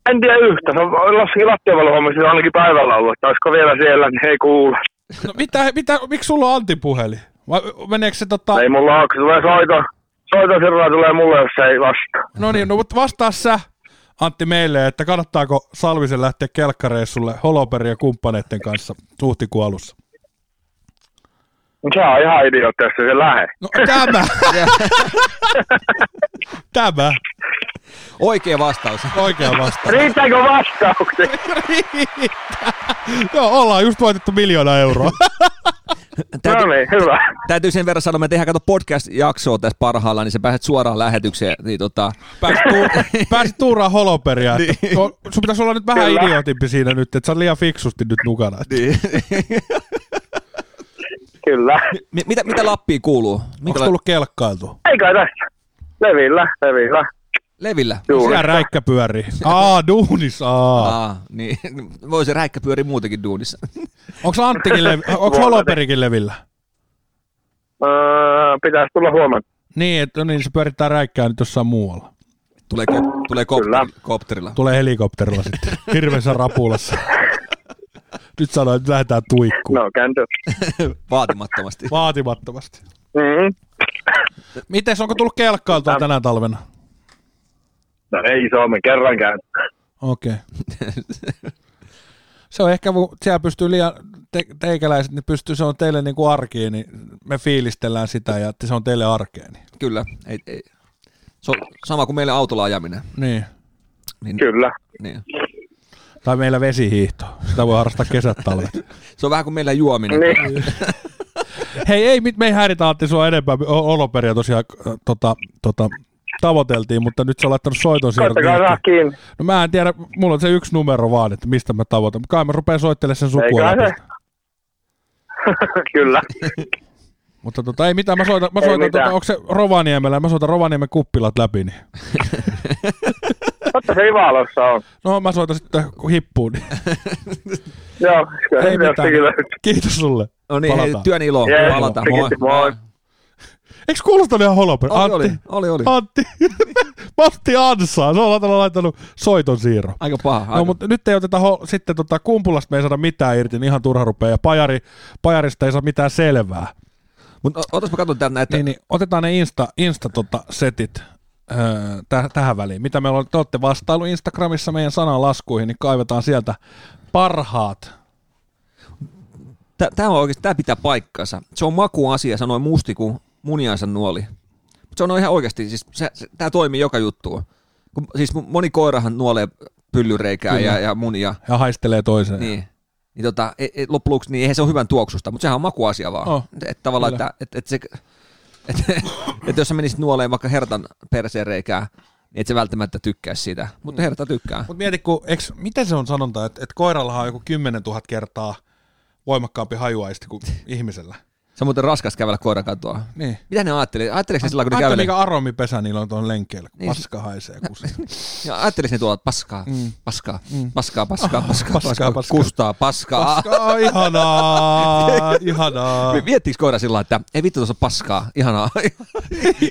S4: En tiedä yhtä. Se on laskin lattiapallohommissa ainakin päivällä ollut. Että olisiko vielä siellä, niin ei kuule.
S1: No, mitä, mitä, miksi sulla on Antin puhelin? Vai meneekö se tota...
S4: Ei mulla ole, kun tulee soito. Soito sillä tulee mulle, jos se ei vastaa.
S1: No niin, no mutta vastaa sä Antti meille, että kannattaako Salvisen lähteä kelkkareissulle Holoperin ja kumppaneiden kanssa huhtikuun alussa?
S4: Se on ihan idiotti, jos se se lähe.
S1: No tämä! tämä!
S2: Oikea vastaus.
S1: Oikea vastaus.
S4: Riittääkö vastauksia?
S1: Joo, ollaan just voitettu miljoona euroa.
S2: täytyy,
S4: No niin, hyvä.
S2: täytyy sen verran sanoa, me tehdään kato podcast-jaksoa tässä parhaillaan, niin sä pääset suoraan lähetykseen. Niin tota,
S1: Pääsit, tuur, pääsit tuuraan holoperia. Niin. Sun pitäisi olla nyt vähän
S4: Kyllä.
S1: idiotimpi siinä nyt, että sä oot liian fiksusti nyt mukana.
S2: *laughs* niin.
S4: Kyllä.
S2: Mi- mitä, mitä Lappia kuuluu?
S1: Onko
S2: Minkäla-
S1: tullut kelkkailtu?
S4: Eikä tässä. Levillä, levillä.
S2: Levillä?
S4: Juuri.
S1: Siellä räikkä pyörii. Aa, duunis, aa.
S2: Aa, niin. *laughs* Voi se räikkä pyöri muutenkin duunissa. *laughs*
S1: Onko Anttikin levi, onko
S4: Huomenna.
S1: holoperikin levillä?
S4: Öö, pitäisi tulla huomenna.
S1: Niin, että niin se pyörittää räikkää nyt jossain muualla.
S2: Tulee, ko- tulee
S4: Kyllä.
S2: kopter- kopterilla. *laughs*
S1: Tulee helikopterilla sitten, hirveässä rapulassa. Nyt sanoin, että lähdetään tuikkuun.
S4: No, käänty.
S2: Vaatimattomasti.
S1: Vaatimattomasti.
S4: Mm-hmm.
S1: Mites, onko tullut kelkkailtua tänä talvena?
S4: No ei Suomen kerrankään.
S1: Okei. Se on ehkä, kun siellä pystyy liian, te, teikäläiset, niin pystyy, se on teille niin kuin arkeen, niin me fiilistellään sitä ja että se on teille arkeen. Niin.
S2: Kyllä. Ei, ei. Se on sama kuin meille autolla ajaminen.
S1: niin.
S2: Niin,
S4: Kyllä.
S2: Niin.
S1: Tai meillä vesihiihto. Sitä voi harrastaa kesät talvet.
S2: Se on vähän kuin meillä juominen.
S4: Niin.
S1: *laughs* Hei, ei, mit- me ei häiritä Antti sua enempää. O- Oloperia tosiaan äh, tota, tota, tavoiteltiin, mutta nyt sä oot laittanut soiton sieltä.
S4: Koittakaa saa
S1: liikkeelle.
S4: kiinni.
S1: No mä en tiedä, mulla on se yksi numero vaan, että mistä mä tavoitan. Mutta Kai mä rupean soittelemaan sen sukua.
S4: Eiköhän
S1: läpi.
S4: se. *laughs* Kyllä.
S1: Mutta tota, ei mitään, mä soitan, mä
S4: Ei
S1: soitan
S4: mitään.
S1: tota, onko se Rovaniemellä, mä soitan Rovaniemen kuppilat läpi, niin.
S4: Totta se Ivalossa on.
S1: No mä soitan sitten hippuun, niin.
S4: Joo, kyllä
S1: ei
S4: se
S1: mitään.
S4: jostakin
S1: Kiitos sulle.
S2: No niin, hei,
S1: Palataan.
S2: työn ilo.
S4: Jee,
S2: Palataan.
S4: kiitos, moi.
S1: Eikö kuulostanut niin ihan holoperi?
S2: Oli,
S1: Antti,
S2: oli, oli, oli.
S1: Antti, *laughs* Matti ansaa, se on laittanut, laittanut soiton siirron.
S2: Aika paha. Aika.
S1: No, mutta nyt ei oteta ho- sitten tota, kumpulasta me ei saada mitään irti, niin ihan turha rupeaa. Ja pajari, pajarista ei saa mitään selvää.
S2: Mut o- otas mä katson täältä näitä.
S1: Niin, niin otetaan ne Insta, Insta tota, setit öö, täh- tähän väliin. Mitä meillä on, te olette vastailu Instagramissa meidän sananlaskuihin, niin kaivetaan sieltä parhaat.
S2: Tää, tää, on oikeasti, tää pitää paikkansa. Se on makuasia, sanoi musti, kun muniansa nuoli. Mut se on ihan oikeasti, siis se, se, tää toimii joka juttuun. Kun, siis mu- moni koirahan nuolee pyllyreikää
S1: Kyllä.
S2: ja, ja munia.
S1: Ja haistelee toiseen.
S2: Niin. Niin tota, e, e, loppujen lopuksi, niin eihän se ole hyvän tuoksusta, mutta sehän on makuasia vaan.
S1: Oh,
S2: että et tavallaan,
S1: kyllä.
S2: että et, et se, et, *laughs* et jos sä menisit nuoleen vaikka hertan perseen reikää, niin et sä välttämättä tykkäisi siitä,
S1: Mm.
S2: mutta herta tykkää.
S1: Mutta mieti, kun, eks, miten se on sanonta, että et koirallahan on joku 10 000 kertaa voimakkaampi hajuaisti kuin ihmisellä.
S2: Se on muuten raskas kävellä koirakatua.
S1: Niin.
S2: Mitä ne ajattelee? Ajatteleeko ne silloin, kun ne
S1: Ajattele, mikä
S2: kävelee?
S1: aromipesä niillä on tuon lenkeillä, kun
S2: Niin.
S1: paska haisee
S2: *laughs*
S1: kusi.
S2: Ja ajattelisi ne tuolla, että paskaa, paskaa, paskaa, paskaa, paskaa,
S1: paskaa,
S2: paskaa,
S1: paskaa.
S2: kustaa, paskaa.
S1: Paskaa,
S2: *laughs*
S1: ihanaa, ihanaa,
S2: Me Miettiinkö koira sillä lailla, että ei vittu tuossa on paskaa, ihanaa,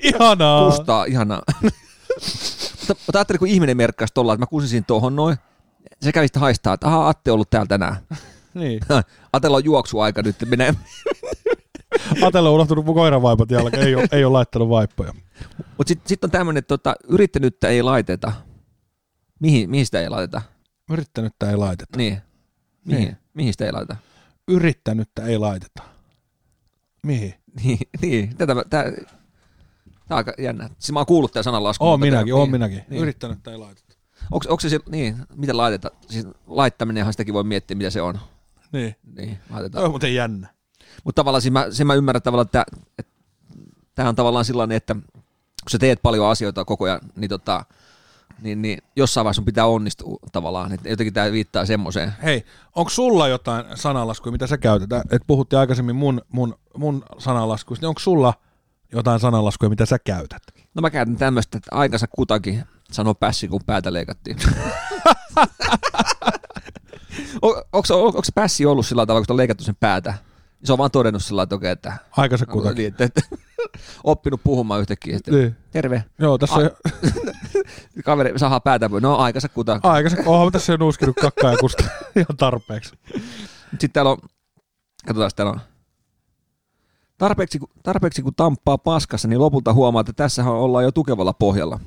S1: ihanaa.
S2: kustaa, ihanaa. mutta, mutta ajattelin, kun ihminen merkkaisi tuolla, että mä kusisin tuohon noin, se kävi sitten haistaa, että ahaa, Atte on ollut täällä tänään. *laughs*
S1: Niin.
S2: Atella on juoksuaika nyt, minä,
S1: Atella on unohtunut mun koiravaipat jalka, ei ole, ei ole laittanut vaippoja.
S2: Mutta sitten sit on tämmöinen, että tota, yrittänyttä ei laiteta. Mihin, mihin sitä ei laiteta?
S1: Yrittänyttä ei laiteta.
S2: Niin. Mihin,
S1: Niin.
S2: niin. mihin sitä ei laiteta?
S1: Yrittänyttä ei laiteta. Mihin?
S2: Niin, niin. Tätä, mä- tää, tää on aika jännä. Siis mä oon kuullut tämän sanan laskun.
S1: Oon
S2: mutta
S1: minäkin,
S2: tää-
S1: oon
S2: niin,
S1: minäkin.
S2: Niin. Yrit...
S1: Yrittänyttä ei laiteta.
S2: Onks, onks se, sil- niin, mitä laiteta? Siis laittaminenhan sitäkin voi miettiä, mitä se on.
S1: Niin.
S2: Niin,
S1: Toi
S2: laitetaan.
S1: on muuten jännä.
S2: Mutta tavallaan siis mä, sen mä ymmärrän tavallaan, että että tämä on tavallaan sellainen, että kun sä teet paljon asioita koko ajan, niin, tota, niin, niin jossain vaiheessa sun pitää onnistua tavallaan. Että jotenkin tämä viittaa semmoiseen.
S1: Hei, onko sulla jotain sanalaskuja, mitä sä käytetään? Et puhuttiin aikaisemmin mun, mun, mun sanalaskuista, niin onko sulla jotain sanalaskuja, mitä sä käytät?
S2: No mä käytän tämmöistä, että aikansa kutakin sanoo pässi, kun
S1: *laughs*
S2: päätä leikattiin. Onko se pässi ollut sillä tavalla, kun sitä on leikattu sen päätä? niin Se on vaan todennut sillä tavalla, että, okei,
S1: Aikansa
S2: että,
S1: kutakin.
S2: niin, että, että *laughs* oppinut puhumaan yhtäkkiä. Että,
S1: Niin.
S2: Terve.
S1: Joo, tässä on
S2: Kaveri saa päätä. voi- No aikansa kutakin.
S1: aikansa, oonhan tässä jo nuuskinut kakkaa ja kusta ihan tarpeeksi.
S2: Sitten täällä on, katsotaan täällä on. Tarpeeksi, ku- tarpeeksi kun tamppaa paskassa, niin lopulta huomaa, että tässähän ollaan jo tukevalla pohjalla.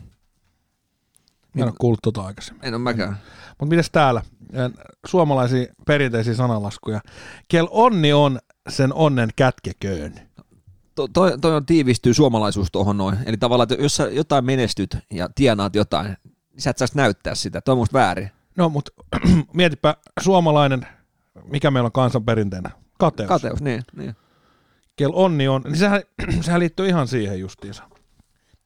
S1: Mä en ole kuullut tota aikaisemmin.
S2: En ole mäkään.
S1: Mutta mitäs täällä? Äh, Suomalaisia perinteisiä sanalaskuja. Kel onni on, sen onnen kätkeköön.
S2: To- toi, toi on tiivistyy suomalaisuus tuohon noin. Eli tavallaan, että jos sä jotain menestyt ja tienaat jotain, niin sä et saisi näyttää sitä. Toi on musta väärin.
S1: No *clears throat* mutta mietipä suomalainen, mikä meillä on kansan perinteenä. Kateus.
S2: Kateus, niin. niin.
S1: kel onni on, niin sehän, *clears throat* sehän liittyy ihan siihen justiinsa.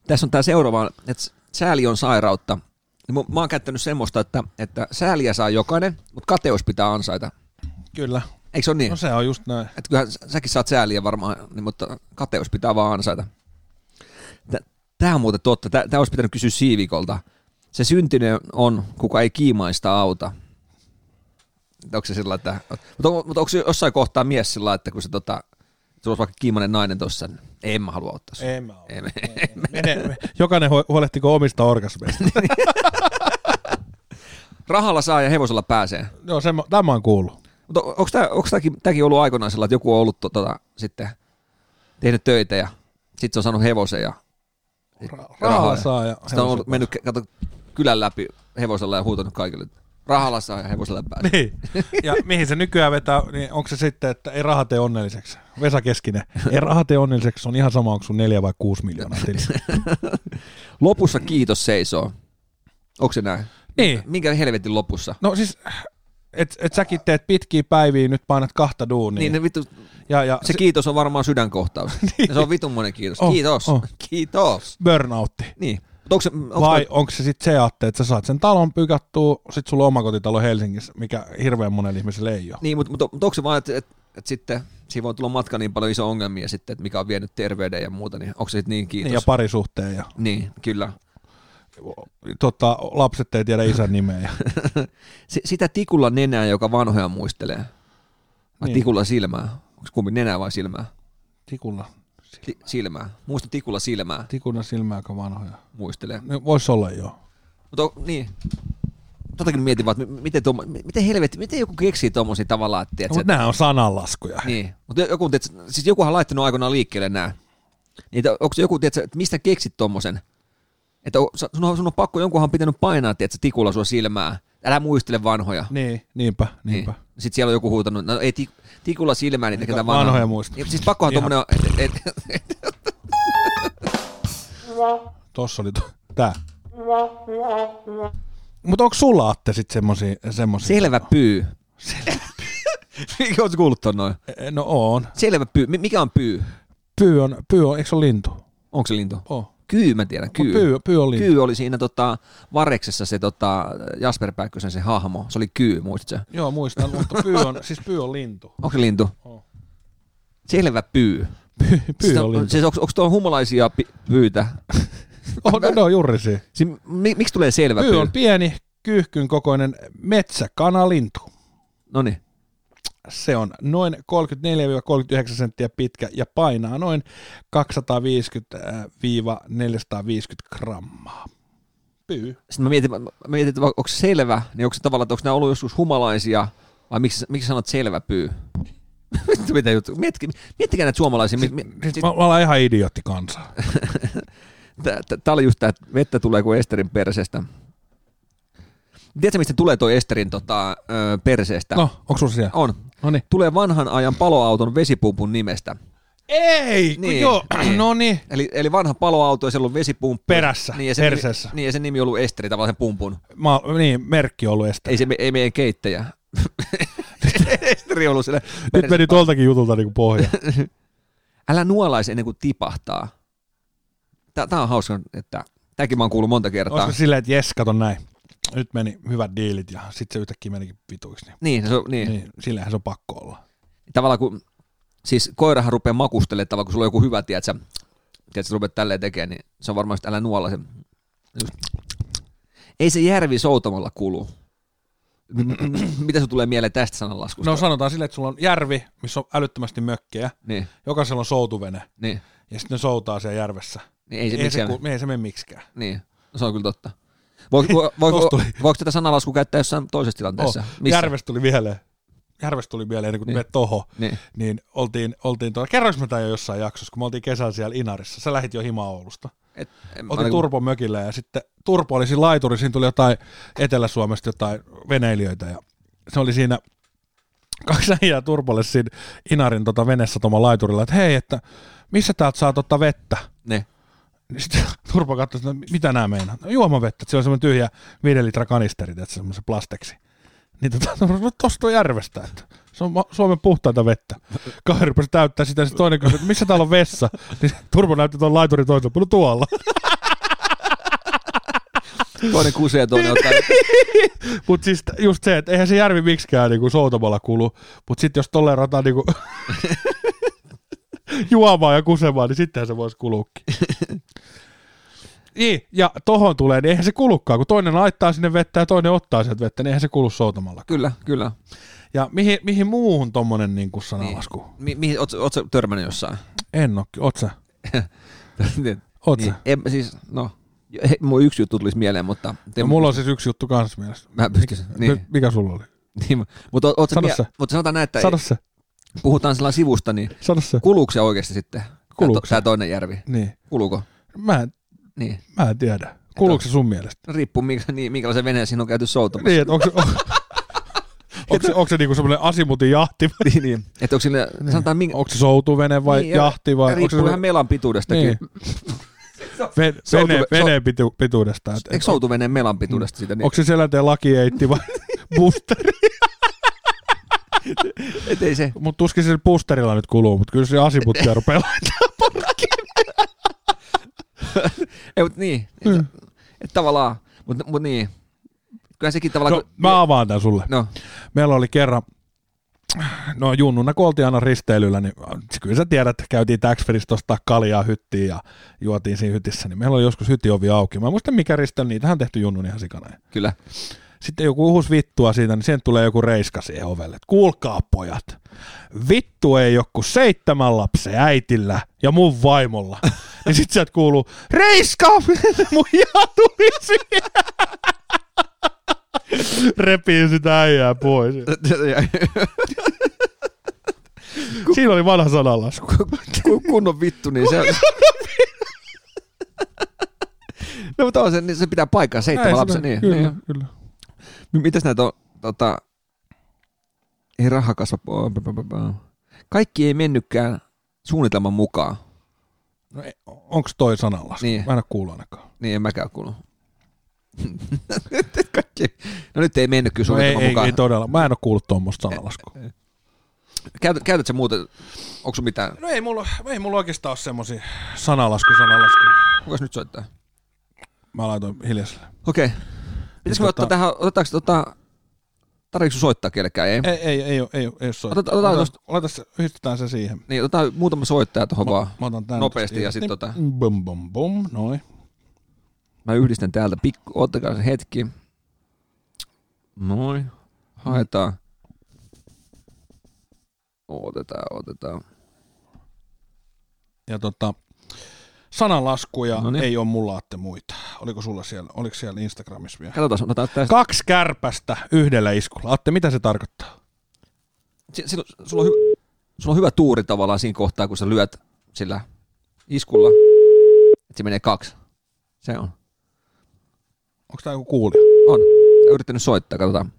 S2: Tässä on tämä seuraava, että sääli on sairautta. Niin Mä, mä oon käyttänyt semmoista, että, että sääliä saa jokainen, mutta kateus pitää ansaita.
S1: Kyllä.
S2: Eikö se ole niin?
S1: No se on just näin.
S2: Et kyllähän sä- säkin saat sääliä varmaan, niin, mutta kateus pitää vaan ansaita. Tämä on muuten totta. Tämä olisi pitänyt kysyä siivikolta. Se syntinen on, kuka ei kiimaista auta. Onko se sillä lailla, että... Mutta, on, mutta onko se jossain kohtaa mies sillä lailla, että kun se tota... Sulla olisi vaikka kiimainen nainen tuossa, niin en mä halua ottaa sua.
S1: En mä ole.
S2: En,
S1: Mene, jokainen huo- huolehtiko omista orgasmeista.
S2: *laughs* Rahalla saa ja hevosella pääsee.
S1: Joo, sen, mä- tämän mä oon kuullut.
S2: Mutta onko tämäkin, tämäkin ollut aikoinaan sellainen, että joku on ollut tota, sitten tehnyt töitä ja sitten se on saanut hevosen ja
S1: Rahalla saa ja
S2: Sitä on
S1: hevosella
S2: ollut mennyt kato, kylän läpi hevosella ja huutanut kaikille, että rahalla saa ja hevosella pääsee.
S1: *laughs* Niin. Ja mihin se nykyään vetää, niin onko se sitten, että ei raha tee onnelliseksi? Vesa Keskinen, ei raha tee onnelliseksi, se on ihan sama, onko sun neljä vai kuusi miljoonaa
S2: *laughs*
S1: tilillä.
S2: Lopussa kiitos seisoo. Onko se näin?
S1: Niin.
S2: Minkä helvetin lopussa?
S1: No siis, et, et säkin teet pitkiä päiviä, nyt painat kahta duunia.
S2: Niin,
S1: Niin,
S2: ne vittu,
S1: ja, ja
S2: se
S1: se Oh,
S2: kiitos on varmaan
S1: *laughs*
S2: sydänkohtaus. niin. Se on vitunmonen kiitos.
S1: On,
S2: kiitos.
S1: on.
S2: Kiitos.
S1: burnoutti.
S2: Niin. Mut Onko se, onko
S1: Vai onko se sitten se ajatte, että sä saat sen talon pykattua, sit sulla on omakotitalo Helsingissä, mikä hirveän monen ihmisellä ei ole.
S2: Niin, mutta, mutta, mutta onko se vaan, että, että, että sitten siinä voi tulla matka niin paljon iso ongelmia sitten, että mikä on vienyt terveyden ja muuta, niin onko se sitten niin kiitos?
S1: Niin, ja parisuhteen ja
S2: niin kyllä.
S1: tota, lapset ei tiedä isän nimeä. Ja,
S2: *laughs* S- sitä tikulla nenää, joka vanhoja muistelee. Vai
S1: Niin.
S2: niin. tikulla silmää? Onko kumpi nenää vai silmää?
S1: tikulla,
S2: Ti- silmää. Muista tikulla silmää
S1: tikulla silmää, joka vanhoja.
S2: muistelee.
S1: No, Voisi olla joo.
S2: Mutta on- niin. Totakin mietin vaan, että m- miten, tuommo, m- miten helvetti, miten joku keksii tuommoisia tavallaan, että tiedät,
S1: Mutta
S2: sä-
S1: nämä on sananlaskuja.
S2: Niin, mutta joku, tiedät, siis jokuhan on laittanut aikoinaan liikkeelle nämä. Niitä, onko joku, tiedät, sä, että mistä keksit tommosen? Että on- sun on, sun on pakko, jonkunhan on pitänyt painaa, tiedät, sä, tikulla sua silmää. Älä muistele vanhoja.
S1: Niin, niinpä, niinpä. Niin.
S2: Sitten siellä on joku huutanut, no ei tik, tikulla silmään, niin ketä
S1: vanhoja
S2: vanhoja.
S1: muista.
S2: Niin, Siis pakkohan
S1: Ihan.
S2: tuommoinen, et, et, et,
S1: Tossa oli to- tää. Mutta onko sulla Atte sit semmosia? semmosia?
S2: selvä pyy. *laughs* Mikä oot kuullut ton noin?
S1: Eh, No on.
S2: Selvä pyy. Mi- Mikä on pyy?
S1: Pyy on, pyy on, eikö se ole lintu?
S2: Onko se lintu?
S1: On.
S2: Kyy mä tiedän,
S1: Kyy.
S2: kyy.
S1: Pyy, pyy on lintu.
S2: Kyy oli siinä tota, Vareksessa se tota, Jasper Pääkkösen se hahmo. Se oli kyy, muistatko?
S1: Joo, muistan, mutta pyy
S2: *laughs*
S1: on, siis pyy on lintu.
S2: Onko se lintu?
S1: On.
S2: Selvä pyy.
S1: Pyy, pyy
S2: Siis
S1: on
S2: on-
S1: lintu.
S2: Siis onko, onko tuolla humalaisia pi- pyytä?
S1: On, no, no, juuri siinä.
S2: Siis, mi- miksi tulee selvä pyy?
S1: Pyy on pieni, kyyhkyn kokoinen metsäkanalintu.
S2: Noniin.
S1: Se on noin 34-39 senttiä pitkä ja painaa noin 250-450 grammaa. Pyy.
S2: Sitten mä mietin, mä mietin että onko se selvä, niin onko se tavallaan, että onko nämä ollut joskus humalaisia, vai miksi, miksi sanot selvä pyy? *laughs* Vittu, Mitä juttu? Miettikää, miettikää näitä suomalaisia. Mi- mi-
S1: Siis mä, mä ollaan ihan idiootti kansa.
S2: Tämä oli just tämä, että vettä tulee kuin Esterin perseestä. Tiedätkö, mistä tulee tuo Esterin tota, ö, perseestä?
S1: No, onko sulla siellä?
S2: On.
S1: No niin.
S2: Tulee vanhan ajan paloauton vesipumpun nimestä.
S1: Ei, kun
S2: Niin,
S1: joo, *clears throat*
S2: niin.
S1: no niin.
S2: Eli, eli vanha paloauto ja siellä on vesipumppu.
S1: Perässä,
S2: niin, ja sen,
S1: perseessä.
S2: Niin, ja sen nimi on ollut Esteri, tavallaan sen pumpun.
S1: Mä, niin, merkki on ollut este.
S2: Ei se ei meidän
S1: *laughs*
S2: keittäjä. Esteri on ollut siellä.
S1: Nyt
S2: perseessä.
S1: meni tuoltakin jutulta niin
S2: *laughs*
S1: pohja.
S2: Tota. Älä nuolaisi ennen kuin tipahtaa. Tää, tää on hauska, että tämäkin mä oon kuullut monta kertaa.
S1: Olisiko silleen, että jes, kato näin. Nyt meni hyvät diilit ja sitten se yhtäkkiä menikin vituiksi. Niin,
S2: Niin, se on, niin. niin.
S1: niin sillähän se on pakko olla.
S2: Tavallaan kun, siis koirahan rupeaa makustelemaan tavallaan, kun sulla on joku hyvä, tiedät sä, tiedät sä rupeat tälleen tekemään, niin se on varmaan just älä nuolaise. Just. Ei se järvi soutamalla kulu. *clears throat* M- m- Mitä se tulee mieleen tästä sananlaskusta?
S1: No sanotaan silleen, että sulla on järvi, missä on älyttömästi mökkejä.
S2: Niin,
S1: Jokaisella on soutuvene.
S2: niin,
S1: Ja sitten ne soutaa siellä järvessä.
S2: niin ei se,
S1: ei, se,
S2: mikään.
S1: ku, ei se mene miksikään.
S2: Niin, se on kyllä totta. Voi,
S1: *laughs*
S2: voi, voi,
S1: Tosta tuli.
S2: voiko tätä sanalaskua käyttää jossain toisessa tilanteessa?
S1: Oh, järvestä tuli mieleen. Järvestä tuli mieleen, ennen kuin niin.
S2: Niin.
S1: menet toho.
S2: Niin.
S1: niin oltiin, oltiin tuolla, kerroinko mä tämän jo jossain jaksossa, kun me oltiin kesällä siellä Inarissa, sä lähit jo himaa Oulusta.
S2: Et, en- niinku-
S1: Oltiin
S2: ainakin-
S1: Turpo mökillä ja sitten Turpo oli siinä laituri, siinä tuli jotain Etelä-Suomesta jotain veneilijöitä ja se oli siinä kaksi äijää Turpolle siinä Inarin tota venesatoma laiturilla, että hei, että missä täältä saa tota vettä?
S2: Niin.
S1: Niin sitten Turpo katsoi, että no, mitä nämä meinaa? No, juomavettä, että se on semmoinen tyhjä viiden litran kanisteri, että semmoisen plasteksi. niin tota, *laughs* no, tuosta on järvestä, että se on ma- Suomen puhtainta vettä. Kaveri rupesi täyttää sitä, se toinen kysyi, että missä täällä on vessa? Niin Turbo näytti tuon laiturin toisella puolella tuolla.
S2: Toinen kusee, toinen ottaa.
S1: *laughs* Mutta siis t- just se, että eihän se järvi miksikään niinku soutamalla kulu, mutta sitten jos tolleen rataa niinku *laughs* juomaan ja kusemaan, niin sittenhän se voisi
S2: *laughs*
S1: kuluukin. Niin, ja tohon tulee, niin eihän se kulukaan, kun toinen laittaa sinne vettä ja toinen ottaa sieltä vettä, niin eihän se kulu soutamalla.
S2: Kyllä, kyllä.
S1: Ja mihin, mihin muuhun tommonen niinku sanalasku? Niin.
S2: Mi- mihin, oot, oot sä törmännyt
S1: *laughs*
S2: jossain?
S1: En oo, ky- oot sä?
S2: niin,
S1: Oot sä?
S2: en, siis, no, *laughs* he, mun yksi juttu tulisi mieleen, mutta... Te,
S1: Ja mulla on siis yksi juttu kanssa mielessä.
S2: Mä pystyn,
S1: Niin.
S2: niin,
S1: Mikä sulla oli?
S2: *laughs* niin, mutta, oot, sä
S1: Sano
S2: mie-
S1: se.
S2: mutta sanotaan näin, että
S1: Sano se,
S2: puhutaan sillä sivusta, niin
S1: sano se.
S2: kuluuko se oikeasti sitten? Tää to-
S1: Kuluuko
S2: Tää toinen järvi.
S1: Niin.
S2: Kuluuko?
S1: Mä en,
S2: Niin.
S1: mä en tiedä. Kuluuko se sun mielestä?
S2: No, Riippuu, minkä, *laughs* niin, minkälaisen veneen siinä on käyty soutamassa.
S1: Niin, että onko se, on,
S2: *laughs*
S1: onko se, onko se niinku semmoinen asimutin jahti vai
S2: niin, niin. Että onko sillä, sanotaan, minkä,
S1: onko se soutuvene vai
S2: Niin,
S1: niin,
S2: ja-
S1: jahti vai onko se
S2: riippuu vähän melan pituudestakin.
S1: niin.
S2: Niin. *laughs*
S1: Ve-
S2: Soutu-
S1: vene,
S2: so-
S1: veneen pitu, pituudesta. Et,
S2: Eikö soutuveneen melan pituudesta siitä? Niin,
S1: onko se selänteen lakieiti
S2: *laughs*
S1: vai boosteri?
S2: et ei se.
S1: Mut tuskin se boosterilla nyt kuluu, mutta kyllä se
S2: *laughs*
S1: asiputtia rupeaa laittamaan.
S2: Ei, mut niin. Mm. Että tavallaan, mutta mut niin. Kyllä sekin tavallaan...
S1: No,
S2: kun-
S1: mä avaan tän sulle.
S2: no
S1: Meillä oli kerran, no junnuna kun oltiin aina risteilyllä, niin kyllä sä tiedät, että käytiin taxferista ostaa kaljaa hyttiin ja juotiin siinä hytissä, niin meillä oli joskus hytiovi auki. Mä muistan mikä risteily, niitähän on tehty junnun ihan sikana.
S2: kyllä. *laughs*
S1: Sitten joku uhus vittua siitä, niin sen tulee joku reiska siihen ovelle. että Kuulkaa pojat, vittu ei ole kuin seitsemän lapsen äitillä ja mun vaimolla. Ja sit sieltä kuuluu, reiska! *laughs* Mun jaa tuli siihen. Repii sitä äijää pois. Siinä oli vanha sananlasku.
S2: *laughs* kun, kunnon vittu, niin se on... No mutta on se, niin se pitää paikkaa seitsemän
S1: Näin
S2: lapsen.
S1: sanoi.
S2: Niin,
S1: Kyllä,
S2: niin.
S1: kyllä.
S2: M- Mitäs näitä on? Tota, ei raha kasva. po- po- po- po- po. Kaikki ei mennytkään suunnitelman mukaan.
S1: No, e- onks toi sananlasku?
S2: Niin.
S1: Mä en oo kuullut ainakaan.
S2: Niin en mäkään kuulu. *laughs* Kaikki. No nyt ei mennyt kyllä
S1: No, ei,
S2: suunnitelman
S1: ei,
S2: mukaan.
S1: ei, todella. Mä en oo kuullut tuommoista sananlaskua.
S2: Käytät, käytätkö muuten, onko sun mitään?
S1: No ei mulla, ei mulla oikeastaan ole semmosia sanalasku, sanalasku.
S2: Kukas nyt soittaa?
S1: Mä laitoin hiljaiselle.
S2: Okei. Okay. Pitäisikö me
S1: Tota-
S2: ottaa tähän, otetaanko tota, tarvitsetko sun soittaa kellekään? Ei.
S1: Ei, ei, ei, oo- ei, oo- ei, ei
S2: Ota- ota- ota tosta.
S1: Laita se, yhdistetään se siihen.
S2: Niin, otetaan muutama soittaja tuohon vaan.
S1: Mä otan tän
S2: nopeasti
S1: tosta
S2: ja sit
S1: irti.
S2: tota-
S1: Bum, bum, bum, noin.
S2: Mä yhdistän täältä pikku, ottakaa se hetki. Noin, haetaan. Otetaan, otetaan.
S1: Ja tota, sananlaskuja
S2: Noniin.
S1: ei ole mulla Atte muita. Oliko sulla siellä, oliko siellä Instagramissa vielä?
S2: Katsotaan, otetaan tästä.
S1: Kaksi kärpästä yhdellä iskulla. Atte, mitä se tarkoittaa?
S2: Si- silloin, sulla, on hy- sulla on hyvä tuuri tavallaan siinä kohtaa, kun sä lyöt sillä iskulla, että se menee kaksi. Se on.
S1: Onko tämä joku kuulija?
S2: On. Ja yrittänyt soittaa, katsotaan.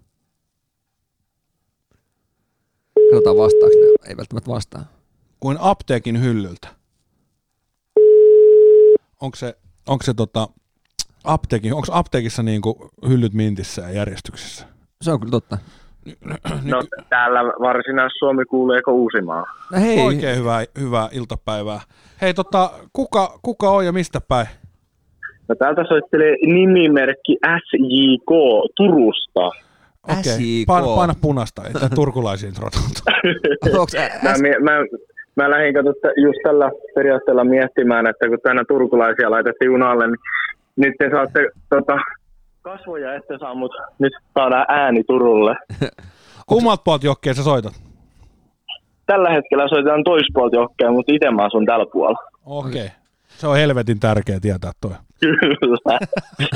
S2: Katsotaan vastaako ne. Ei välttämättä vastaa.
S1: Kuin apteekin hyllyltä. Onko se, onko se tota, apteekin, onko apteekissa niinku hyllyt mintissä ja järjestyksessä?
S2: Se on kyllä totta.
S5: No täällä Varsinais-Suomi kuuleeko Uusimaa?
S2: No hei,
S1: Oikein hyvää, hyvää iltapäivää. Hei, tota, kuka, kuka on ja mistä päin?
S5: No täältä soittelee nimimerkki SJK Turusta.
S1: Okei,
S2: SJK.
S1: paina, paina punaista, että turkulaisiin rotuutu.
S2: onks
S5: Mä,
S2: ä-
S5: mie- mä, mä lähdin kato, että just tällä periaatteella miettimään, että kun tänä turkulaisia laitettiin junalle, niin nyt te saatte tota, kasvoja ette saa, mutta nyt saadaan ääni Turulle.
S1: Kummalta puolta jokkeen sä soitat?
S5: Tällä hetkellä soitetaan toispuolta jokea, mutta itse mä asun tällä puolella. *laughs*
S1: Okei. Okay. Se on helvetin tärkeä tietää toi.
S5: Kyllä.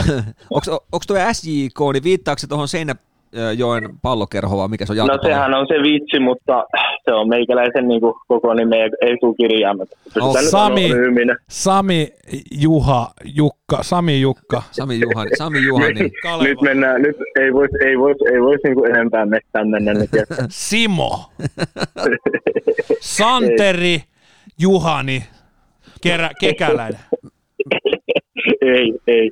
S2: *laughs* onks, onks tuo SJK, niin viittaako se tuohon Seinäjoen pallokerho vai mikä se on
S5: No
S2: jalkapallo?
S5: sehän on se vitsi, mutta se on meikäläisen niin kuin, koko nimen etukirjaimet. Pysytään nyt
S1: Sami.
S5: anonyyminä.
S1: Sami, Juha, Jukka, Sami, Jukka.
S2: Sami Juhani. Sami
S3: Niin.
S2: Juhani.
S1: Kaleva.
S5: Nyt mennään, nyt ei voisi ei vois, ei vois niinku enempää mestään mennä nyt. *laughs* jatkaa.
S1: Simo, Santeri, Juhani, Kerä, Kekäläinen.
S5: ei, No, ei.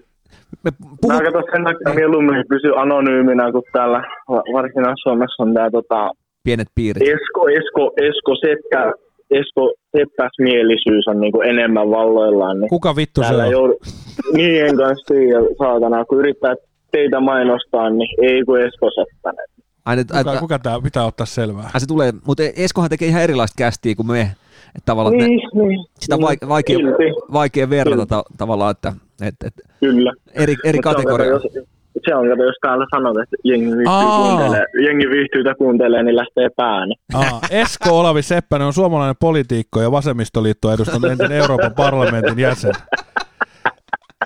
S2: me
S3: Mä
S2: puhut...
S3: katson sen takia mieluummin pysy anonyyminä, kun täällä va- Varsinais-Suomessa on tämä tota,
S2: pienet piirit.
S3: Esko, Esko, Esko, Seppä, Esko Seppäsmielisyys on niinku enemmän valloillaan. Niin
S1: Kuka vittu se
S3: täällä
S1: on?
S3: joudu, niin en kanssa tiedä, saatana, kun yrittää teitä mainostaa, niin ei kun Esko Seppänen.
S2: Ai, nyt- ai,
S1: Kuka, kuka tää pitää ottaa selvää?
S2: ai, se tulee, mutta Eskohan tekee ihan erilaista kästiä kuin me. Että tavallaan niin, ne,
S3: Niin, niin.
S2: sitä on vaik- vaikea,
S3: Silti,
S2: vaikea verrata ta- tavallaan, että et, et,
S3: kyllä.
S2: eri, eri
S3: Mut se on,
S2: kategoriaa.
S3: kato, jos- Se on, kato, jos täällä sanot, että jengi viihtyy
S1: Aa.
S3: kuuntelee, jengi viihtyy tai kuuntelee, niin lähtee
S2: *laughs*
S3: pääni.
S1: Aa, Esko Olavi Seppänen on suomalainen poliitikko ja vasemmistoliittoa edustanut entinen Euroopan parlamentin jäsen.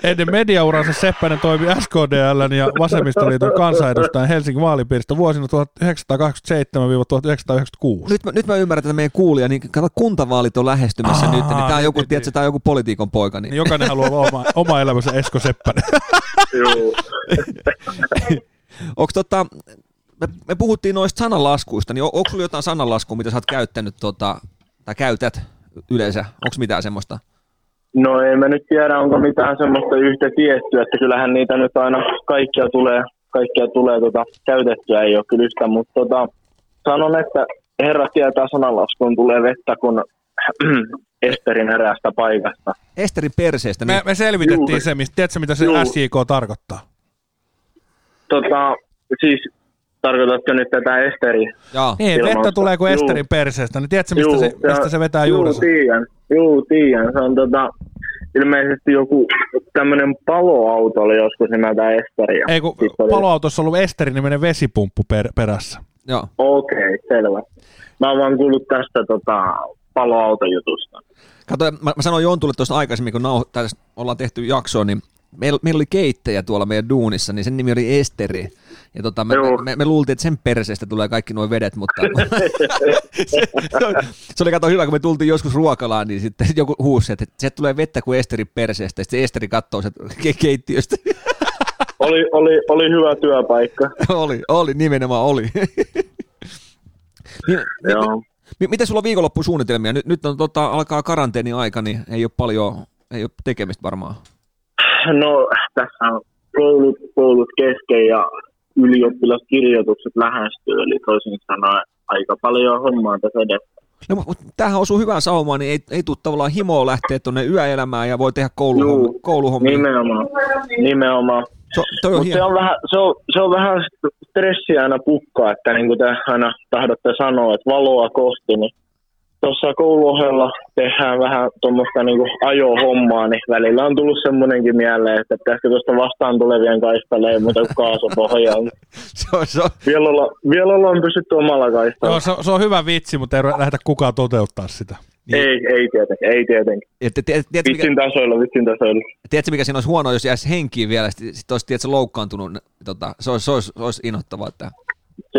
S1: Ennen mediauransa Seppänen toimi SKDLn ja vasemmistoliiton kansanedustajan Helsingin vaalipiiristä vuosina 1987-1996.
S2: Nyt mä, nyt mä ymmärrän tätä meidän kuulia, niin kato, kuntavaalit on lähestymässä
S1: Aa,
S2: nyt, niin tää on joku,
S1: niin,
S2: tiedätkö,
S1: niin.
S2: tää on joku poliitikon poika, niin
S1: Niin Jokainen haluaa olla oma, oma elämänsä Esko Seppänen.
S3: Joo.
S2: Onko tota, me, me puhuttiin noista sananlaskuista, niin on- onko sulla jotain sananlaskua, mitä sä oot käyttänyt tota, tai käytät yleensä? Onko mitään semmoista?
S3: No ei mä nyt tiedä, onko mitään semmoista yhtä tiettyä, että kyllähän niitä nyt aina kaikkia tulee, kaikkia tulee tota, käytettyä, ei ole kyllä yhtä, mutta tota, sanon, että herra tietää sananlaskun tulee vettä, kun *clears throat* Esterin heräästä paikasta.
S2: Esterin perseestä, niin
S1: Me, me selvitettiin
S3: Juu.
S1: se, mistä, tiedätkö mitä se
S3: Juu.
S1: SJK tarkoittaa?
S3: Tota, siis tarkoitatko nyt tätä Esteri?
S2: jaa.
S1: Niin,
S3: Ilman-
S1: vettä tulee kuin
S3: Juu.
S1: Esterin perseestä, niin tiedätkö mistä, se, mistä se vetää
S3: juu,
S1: juurensa?
S3: Tiedän, juu, tiedän. Se on tota, ilmeisesti joku tämmöinen paloauto oli joskus nimeltä Esteri. ja
S1: Ei kun
S3: sit oli-
S1: paloautossa on ollut Esterin-niminen vesipumppu per, perässä.
S2: Joo.
S3: Okei, okay, selvä. Mä oon vaan kuullut tästä tota, paloautojutusta.
S2: Kato, mä, mä sanoin Jontulle tuossa aikaisemmin, kun nauho, tässä ollaan tehty jaksoa, niin meillä, meillä oli keittäjä tuolla meidän duunissa, niin sen nimi oli Esteri. Ja tota, me,
S3: Joo.
S2: me, me, luultiin, että sen perseestä tulee kaikki nuo vedet, mutta
S3: *laughs*
S2: se, se, oli, se oli kato hyvä, kun me tultiin joskus ruokalaan, niin sitten joku huusi, että se tulee vettä kuin Esteri perseestä, ja sitten se Esteri katsoo sen ke- keittiöstä.
S3: Oli, oli, oli hyvä työpaikka.
S2: oli, oli, nimenomaan oli. niin,
S3: Joo.
S2: mi- mitä sulla on viikonloppusuunnitelmia? Nyt, nyt on, tota, alkaa karanteeniaika, niin ei ole paljon ei ole tekemistä varmaan.
S3: No, tässä on koulut, koulut kesken ja ylioppilaskirjoitukset lähestyy, eli toisin sanoen aika paljon hommaa tässä edessä.
S2: No, mutta tämähän osuu hyvään saumaan, niin ei, ei tule tavallaan himoa lähteä tuonne yöelämään ja voi tehdä kouluhommia.
S3: Juu,
S2: kouluhommia.
S3: Nimenomaan, nimenomaan.
S2: Se, on- toi on
S3: Mutta se,
S2: hieno.
S3: on vähän, se, on, se on vähän stressiä aina pukkaa, että niin kuin te aina tahdotte sanoa, että valoa kohti, niin tuossa kouluohella tehdään vähän tuommoista niin ajohommaa, niin välillä on tullut semmoinenkin mieleen, että pitäisikö tuosta vastaan tulevien kaistalle ei muuta kuin kaasupohjaan.
S2: Se on, se on.
S3: Vielä, olla, vielä ollaan pysytty omalla kaistalla.
S1: Joo, se, se on hyvä vitsi, mutta ei lähdetä kukaan toteuttaa sitä.
S3: Ei, ei tietenkään, ei tietenkään.
S2: Ja te- te- Tiedätkö, mikä,
S3: Vitsin tasoilla, vitsin tasoilla.
S2: tiedätkö, mikä siinä olisi huono, jos jäisi henkiin vielä, sitten sit olisi tiedätkö, loukkaantunut. niin Tota, se olisi, se olisi, se olisi innoittavaa. Että.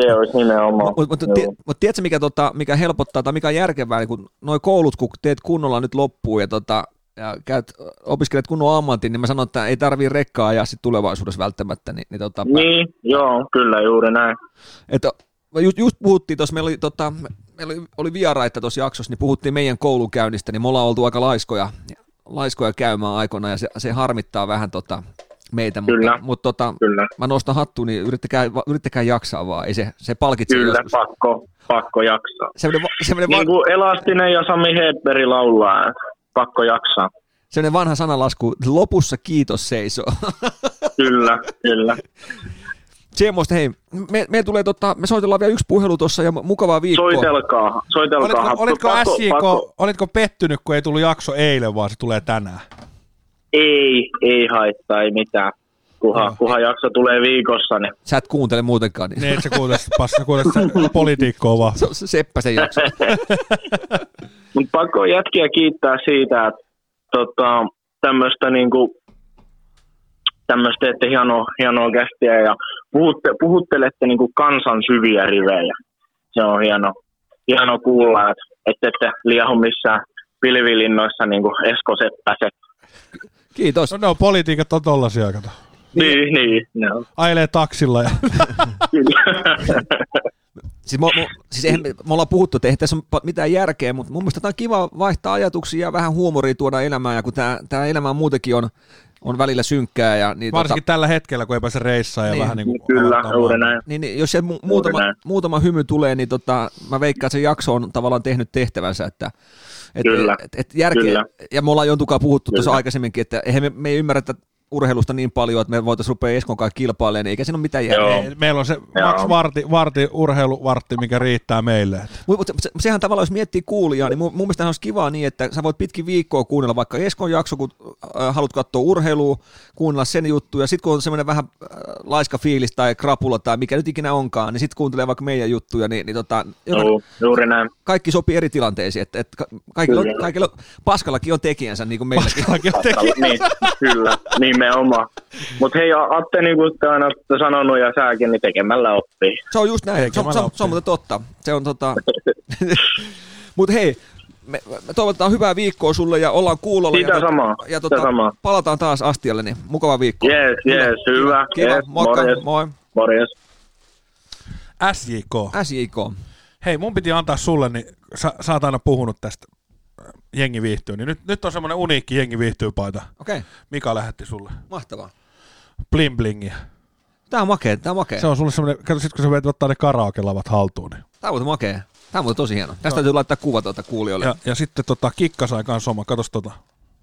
S3: Se olisi nimenomaan.
S2: Mutta mut,
S3: No, Joo.
S2: ti- mut tiedätkö, mikä, tota, mikä helpottaa tai mikä on järkevää, niin kun noi koulut, kun teet kunnolla nyt loppuun ja, tota, ja käyt, opiskelet kunnon ammatin, niin mä sanon, että ei tarvii rekkaa ajaa sit tulevaisuudessa välttämättä. Niin, niin tota,
S3: Niin, joo, kyllä juuri näin.
S2: Että just, just puhuttiin tuossa, meillä oli, tota, meillä oli, oli vieraita tuossa jaksossa, niin puhuttiin meidän koulukäynnistä, niin me ollaan oltu aika laiskoja, laiskoja käymään aikana ja se, se harmittaa vähän tota, meitä,
S3: Kyllä.
S2: mutta, mutta tota,
S3: Kyllä.
S2: mä nostan hattuun, niin yrittäkää, va- yrittäkää jaksaa vaan, ei se, se palkitsee
S3: Kyllä,
S2: joskus.
S3: pakko, pakko jaksaa.
S2: Semmoinen, va- semmoinen,
S3: Niin
S2: va-
S3: kuin Elastinen ja Sami Hedberg laulaa, että pakko jaksaa.
S2: semmoinen vanha sanalasku, lopussa kiitos *laughs* seisoo.
S3: Kyllä, kyllä.
S2: Semmoista, hei, me, me, tulee tota, me soitellaan vielä yksi puhelu tuossa ja mukavaa viikkoa.
S3: Soitelkaa, soitelkaa.
S1: Oletko,
S3: hattu.
S1: oletko,
S3: Pakko-
S1: SJK,
S3: pakko-
S1: oletko pettynyt, kun ei tullut jakso eilen, vaan se tulee tänään?
S3: Ei, ei haittaa, ei mitään. Kuha,
S1: Joo.
S3: kuha jakso tulee viikossa, niin
S2: Sä et kuuntele muutenkaan, niin
S1: Niin, et sä kuulet, passa, kuulet
S3: *laughs*
S1: sä politiikkoa vaan.
S2: *laughs* se on se Seppäsen jakso.
S3: Mut pakko jätkiä kiittää siitä, että tota, tämmöistä niinku, tämmöistä, että hienoa, hienoa kästiä ja puhutte, puhuttelette niinku kansan syviä rivejä. Se on hieno, hieno kuulla, että ette, ette liahu missään pilvilinnoissa niinku Esko Seppäset.
S2: Kiitos.
S1: No ne on politiikat on tollasia, kato.
S3: Niin, niin, *laughs* no.
S1: Ailee taksilla ja
S2: Niin, Siis, mo, mo, siis eihän, me me ollaan puhuttu, että eihän tässä ole pa- mitään järkeä, mutta mun mielestä tämä on kiva vaihtaa ajatuksia ja vähän huumoria tuoda elämään, ja kun tämä, tämä elämä muutenkin on on välillä synkkää. Ja, niin,
S1: Varsinkin tällä hetkellä, kun ei pääse reissaan ja
S2: Niin.
S1: vähän niin kuin
S5: Kyllä,
S1: aloittaa
S5: juuri
S1: vaan.
S5: näin.
S2: niin, niin, jos se mu- muutama,
S5: näin.
S2: muutama hymy tulee, niin tota, mä veikkaan, että se jakso on tavallaan tehnyt tehtävänsä, että et,
S5: Kyllä,
S2: Et, et järkeä,
S5: kyllä.
S2: ja me ollaan jontukaan puhuttu tuossa
S5: Kyllä.
S2: aikaisemminkin, että eihän me, me ei ymmärretä urheilusta niin paljon, että me voitaisiin rupea Eskon kanssa kilpailemaan, niin eikä siinä ole mitään järkeä.
S5: Joo.
S1: Ei, Meillä on se Max Varti, varti, urheiluvartti, mikä riittää meille. Et
S2: Mutta mut se, sehän tavallaan, jos miettii kuulijaa, niin mun, mun mielestä on kivaa niin, että sä voit pitkin viikkoa kuunnella vaikka Eskon jakso, kun äh, haluat katsoa urheilua, kuunnella sen juttu, ja sitten kun on semmoinen vähän äh, laiska fiilis tai krapula tai mikä nyt ikinä onkaan, niin sitten kuuntelee vaikka meidän juttuja, niin, niin tota, jokainen,
S5: Joo, juuri näin.
S2: kaikki sopii eri tilanteisiin, että, että ka- kaikilla, on,
S5: Kyllä.
S2: kaikilla, paskallakin on tekijänsä, niin kuin meilläkin.
S1: Kaikki on teki.
S5: Niin, kyllä, nimenomaan. Mutta hei, Atte, niin kuin te aina olette sanonut ja säkin, niin tekemällä oppii.
S2: Se on just näin,
S1: Eikä
S2: se on, se, on,
S1: maloppi.
S2: se on muuten totta. Se on tota... Mutta hei, me, me toivotetaan hyvää viikkoa sulle ja ollaan kuulolla.
S5: Sitä
S2: ja, tot-
S5: samaa,
S2: ja
S5: sitä
S2: tota,
S5: samaa.
S2: palataan taas astialle, niin mukava viikko.
S5: Jees, jees, hyvä.
S2: Kiva,
S5: Jees,
S2: moikka,
S5: morjes.
S2: moi.
S5: Morjes.
S1: SJK.
S2: SJK.
S1: Hei, mun piti antaa sulle, niin sä, sä oot aina puhunut tästä äh, jengi viihtyy, niin nyt, nyt on semmoinen uniikki jengi viihtyy paita.
S2: Okei, okay,
S1: Mika lähetti sulle.
S2: mahtavaa.
S1: Bling blingiä.
S2: Tää on makea, tää on makea.
S1: Se on sulle semmoinen, kato sit kun sä menet ottaa ne karaokelavat haltuun. Niin.
S2: Tää on muuten makea. Tää on muuten tosi hieno. Tästä täytyy laittaa kuva tuota kuulijoille.
S1: Ja, ja sitten tota, kikka sai kans oma, katos tota.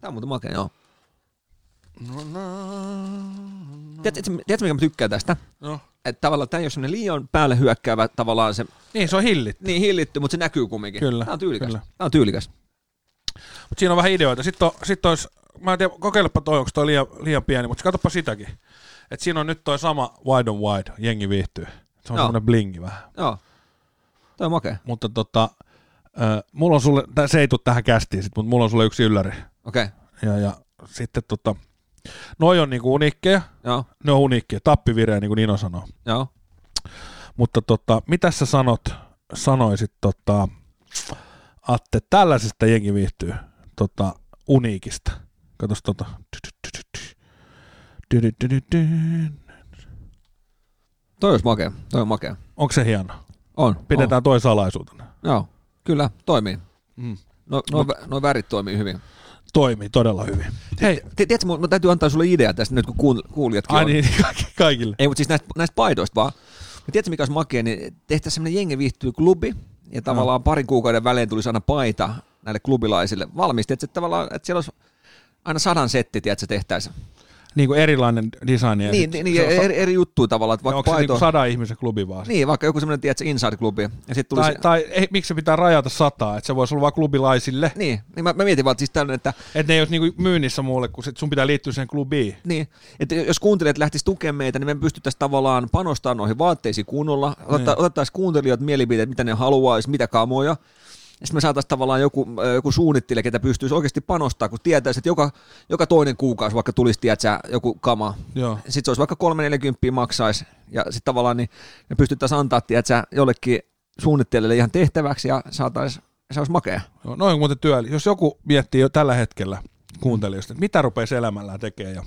S2: Tää on muuten makea, joo. No, Tiedätkö, tiedätkö, mikä mä tykkään tästä?
S1: No.
S2: Että tavallaan tämä ei ole semmoinen liian päälle hyökkäävä tavallaan se
S1: Niin, se on hillit.
S2: niin hillitty, mutta se näkyy kumminkin.
S1: Kyllä,
S2: Tämä on tyylikäs.
S1: kyllä.
S2: Tämä on tyylikäs.
S1: Mut siinä on vähän ideoita. Sitten, on, sitten olisi, mä en tiedä, kokeilepa toi, onko toi liian, liian pieni, mutta katsopa sitäkin. Et siinä on nyt toi sama wide on wide, jengi viihtyy. Se on
S2: Joo.
S1: semmoinen blingi vähän.
S2: Joo. Tämä on makea.
S1: Mutta tota, äh, mulla on sulle, tää, se ei tule tähän kästiin sit, mutta mulla on sulle yksi ylläri.
S2: Okei. Okay.
S1: Ja, ja sitten tota, noi on niinku uniikkeja,
S2: Joo.
S1: ne on uniikkeja, tappivirejä niin kuin Nino sanoo.
S2: Joo.
S1: Mutta tota, mitä sä sanot, sanoisit tota, Atte, tällaisesta jengi viihtyy tota, uniikista. Katos tota.
S2: Toi olisi makea. Toi on makea.
S1: Onko se hieno?
S2: On.
S1: Pidetään toi salaisuutena.
S2: On. Joo. Kyllä. Toimii.
S1: Mm.
S2: No, no, no värit toimii hyvin.
S1: Toimii todella hyvin. Hei,
S2: Tiedätkö, mun, mun täytyy antaa sulle idea tästä nyt, kun kuun- kuulijatkin
S1: ai
S2: on.
S1: niin, *laughs* kaikille.
S2: Ei, mutta siis näistä, näistä paidoista vaan. Ja tiedätkö, mikä olisi makea, niin tehtäisiin semmoinen jengi viihtyy klubi, ja tavallaan parin kuukauden välein tulisi aina paita näille klubilaisille valmisti, että, tavallaan, että siellä olisi aina sadan setti, tiedätkö, tehtäisiin.
S1: Niin kuin erilainen design. ja
S2: Niin,
S1: sit
S2: niin, niin
S1: se on sa-
S2: eri, eri juttuja tavallaan, että
S1: ja
S2: vaikka
S1: Onko se
S2: paito...
S1: niinku sadan ihmisen klubi vaan?
S2: Niin, vaikka joku semmoinen, tiedätkö, inside-klubi. Ja sitten tulisi...
S1: Tai, tai ei, miksi se pitää rajata sataa, että se voisi olla vain klubilaisille,
S2: Niin, niin mä, mä, mietin vaan, että siis tämmöinen, että,
S1: että ne ei olisi niinku myynnissä muulle, kun sit sun pitää liittyä sen klubiin.
S2: niin, että jos kuuntelijat lähtisivät tukemaan meitä, niin me pystyttäisiin tavallaan panostamaan noihin vaatteisiin kunnolla, Otetta- otettaisiin kuuntelijat mielipiteet, mitä ne haluaisi, mitä kamoja, ja sitten me saataisiin tavallaan joku, äh, joku suunnittelija, ketä pystyisi oikeasti panostaa, kun tietäisi, että joka, joka toinen kuukausi vaikka tulisi, tiedätkö, joku kama.
S1: Joo.
S2: Sitten se olisi vaikka 340 maksaisi, ja sitten tavallaan niin me pystyttäisiin antaa, tiedätkö, jollekin suunnittelijalle ihan tehtäväksi, ja saataisiin, se olisi makea.
S1: Joo, Noin on muuten työli. Jos joku miettii jo tällä hetkellä kuuntelijoista, että mitä rupeaisi elämällään tekemään ja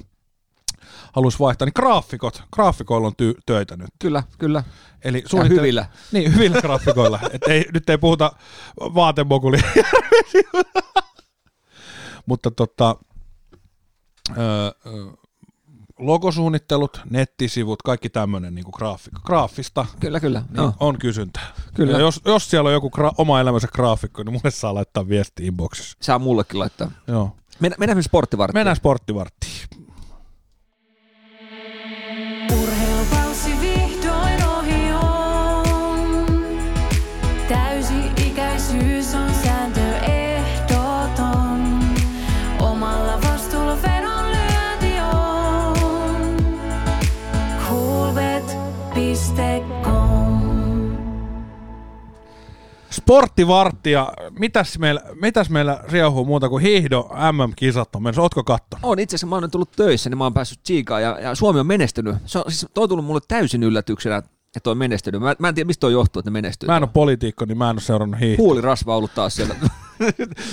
S1: haluaisi vaihtaa, niin graafikot, graafikoilla on ty- töitä nyt.
S2: Kyllä, kyllä.
S1: Eli
S2: Ja
S1: suunnittele-
S2: hyvillä.
S1: Niin, hyvillä
S2: *laughs*
S1: graafikoilla. Et ei, nyt ei puhuta vaatemokuli. *laughs* Mutta tota, ö, ö, logosuunnittelut, nettisivut, kaikki tämmöinen niin graafik- graafista
S2: Kyllä, kyllä.
S1: niin no. on kysyntää.
S2: Kyllä.
S1: Ja jos, jos siellä on joku gra- oma elämänsä graafikko, niin mulle saa laittaa viesti inboxissa.
S2: Saa mullekin laittaa.
S1: Joo.
S2: Mennään, mennään sporttivarttiin.
S1: Mennään sporttivarttiin.
S6: Urheilukausi vihdoin ohi on. Täysi-ikäisyys on sääntö ehdoton. Omalla vastuulla vedonlyönti on. Coolbet.com
S1: Sporttivartti ja mitäs meillä, mitäs meillä riehuu muuta kuin hiihdo MM-kisat on mennessä? Ootko kattonut?
S2: On itse asiassa, mä oon nyt ollut töissä, niin mä oon päässyt tsiikaan ja, ja Suomi on menestynyt. Se on, siis toi on tullut mulle täysin yllätyksenä, että toi on menestynyt. Mä, mä en tiedä, mistä toi johtuu, että ne menestyy.
S1: Mä en ole politiikko, niin mä en ole seurannut hiihtoa.
S2: Huulirasva on ollut taas siellä.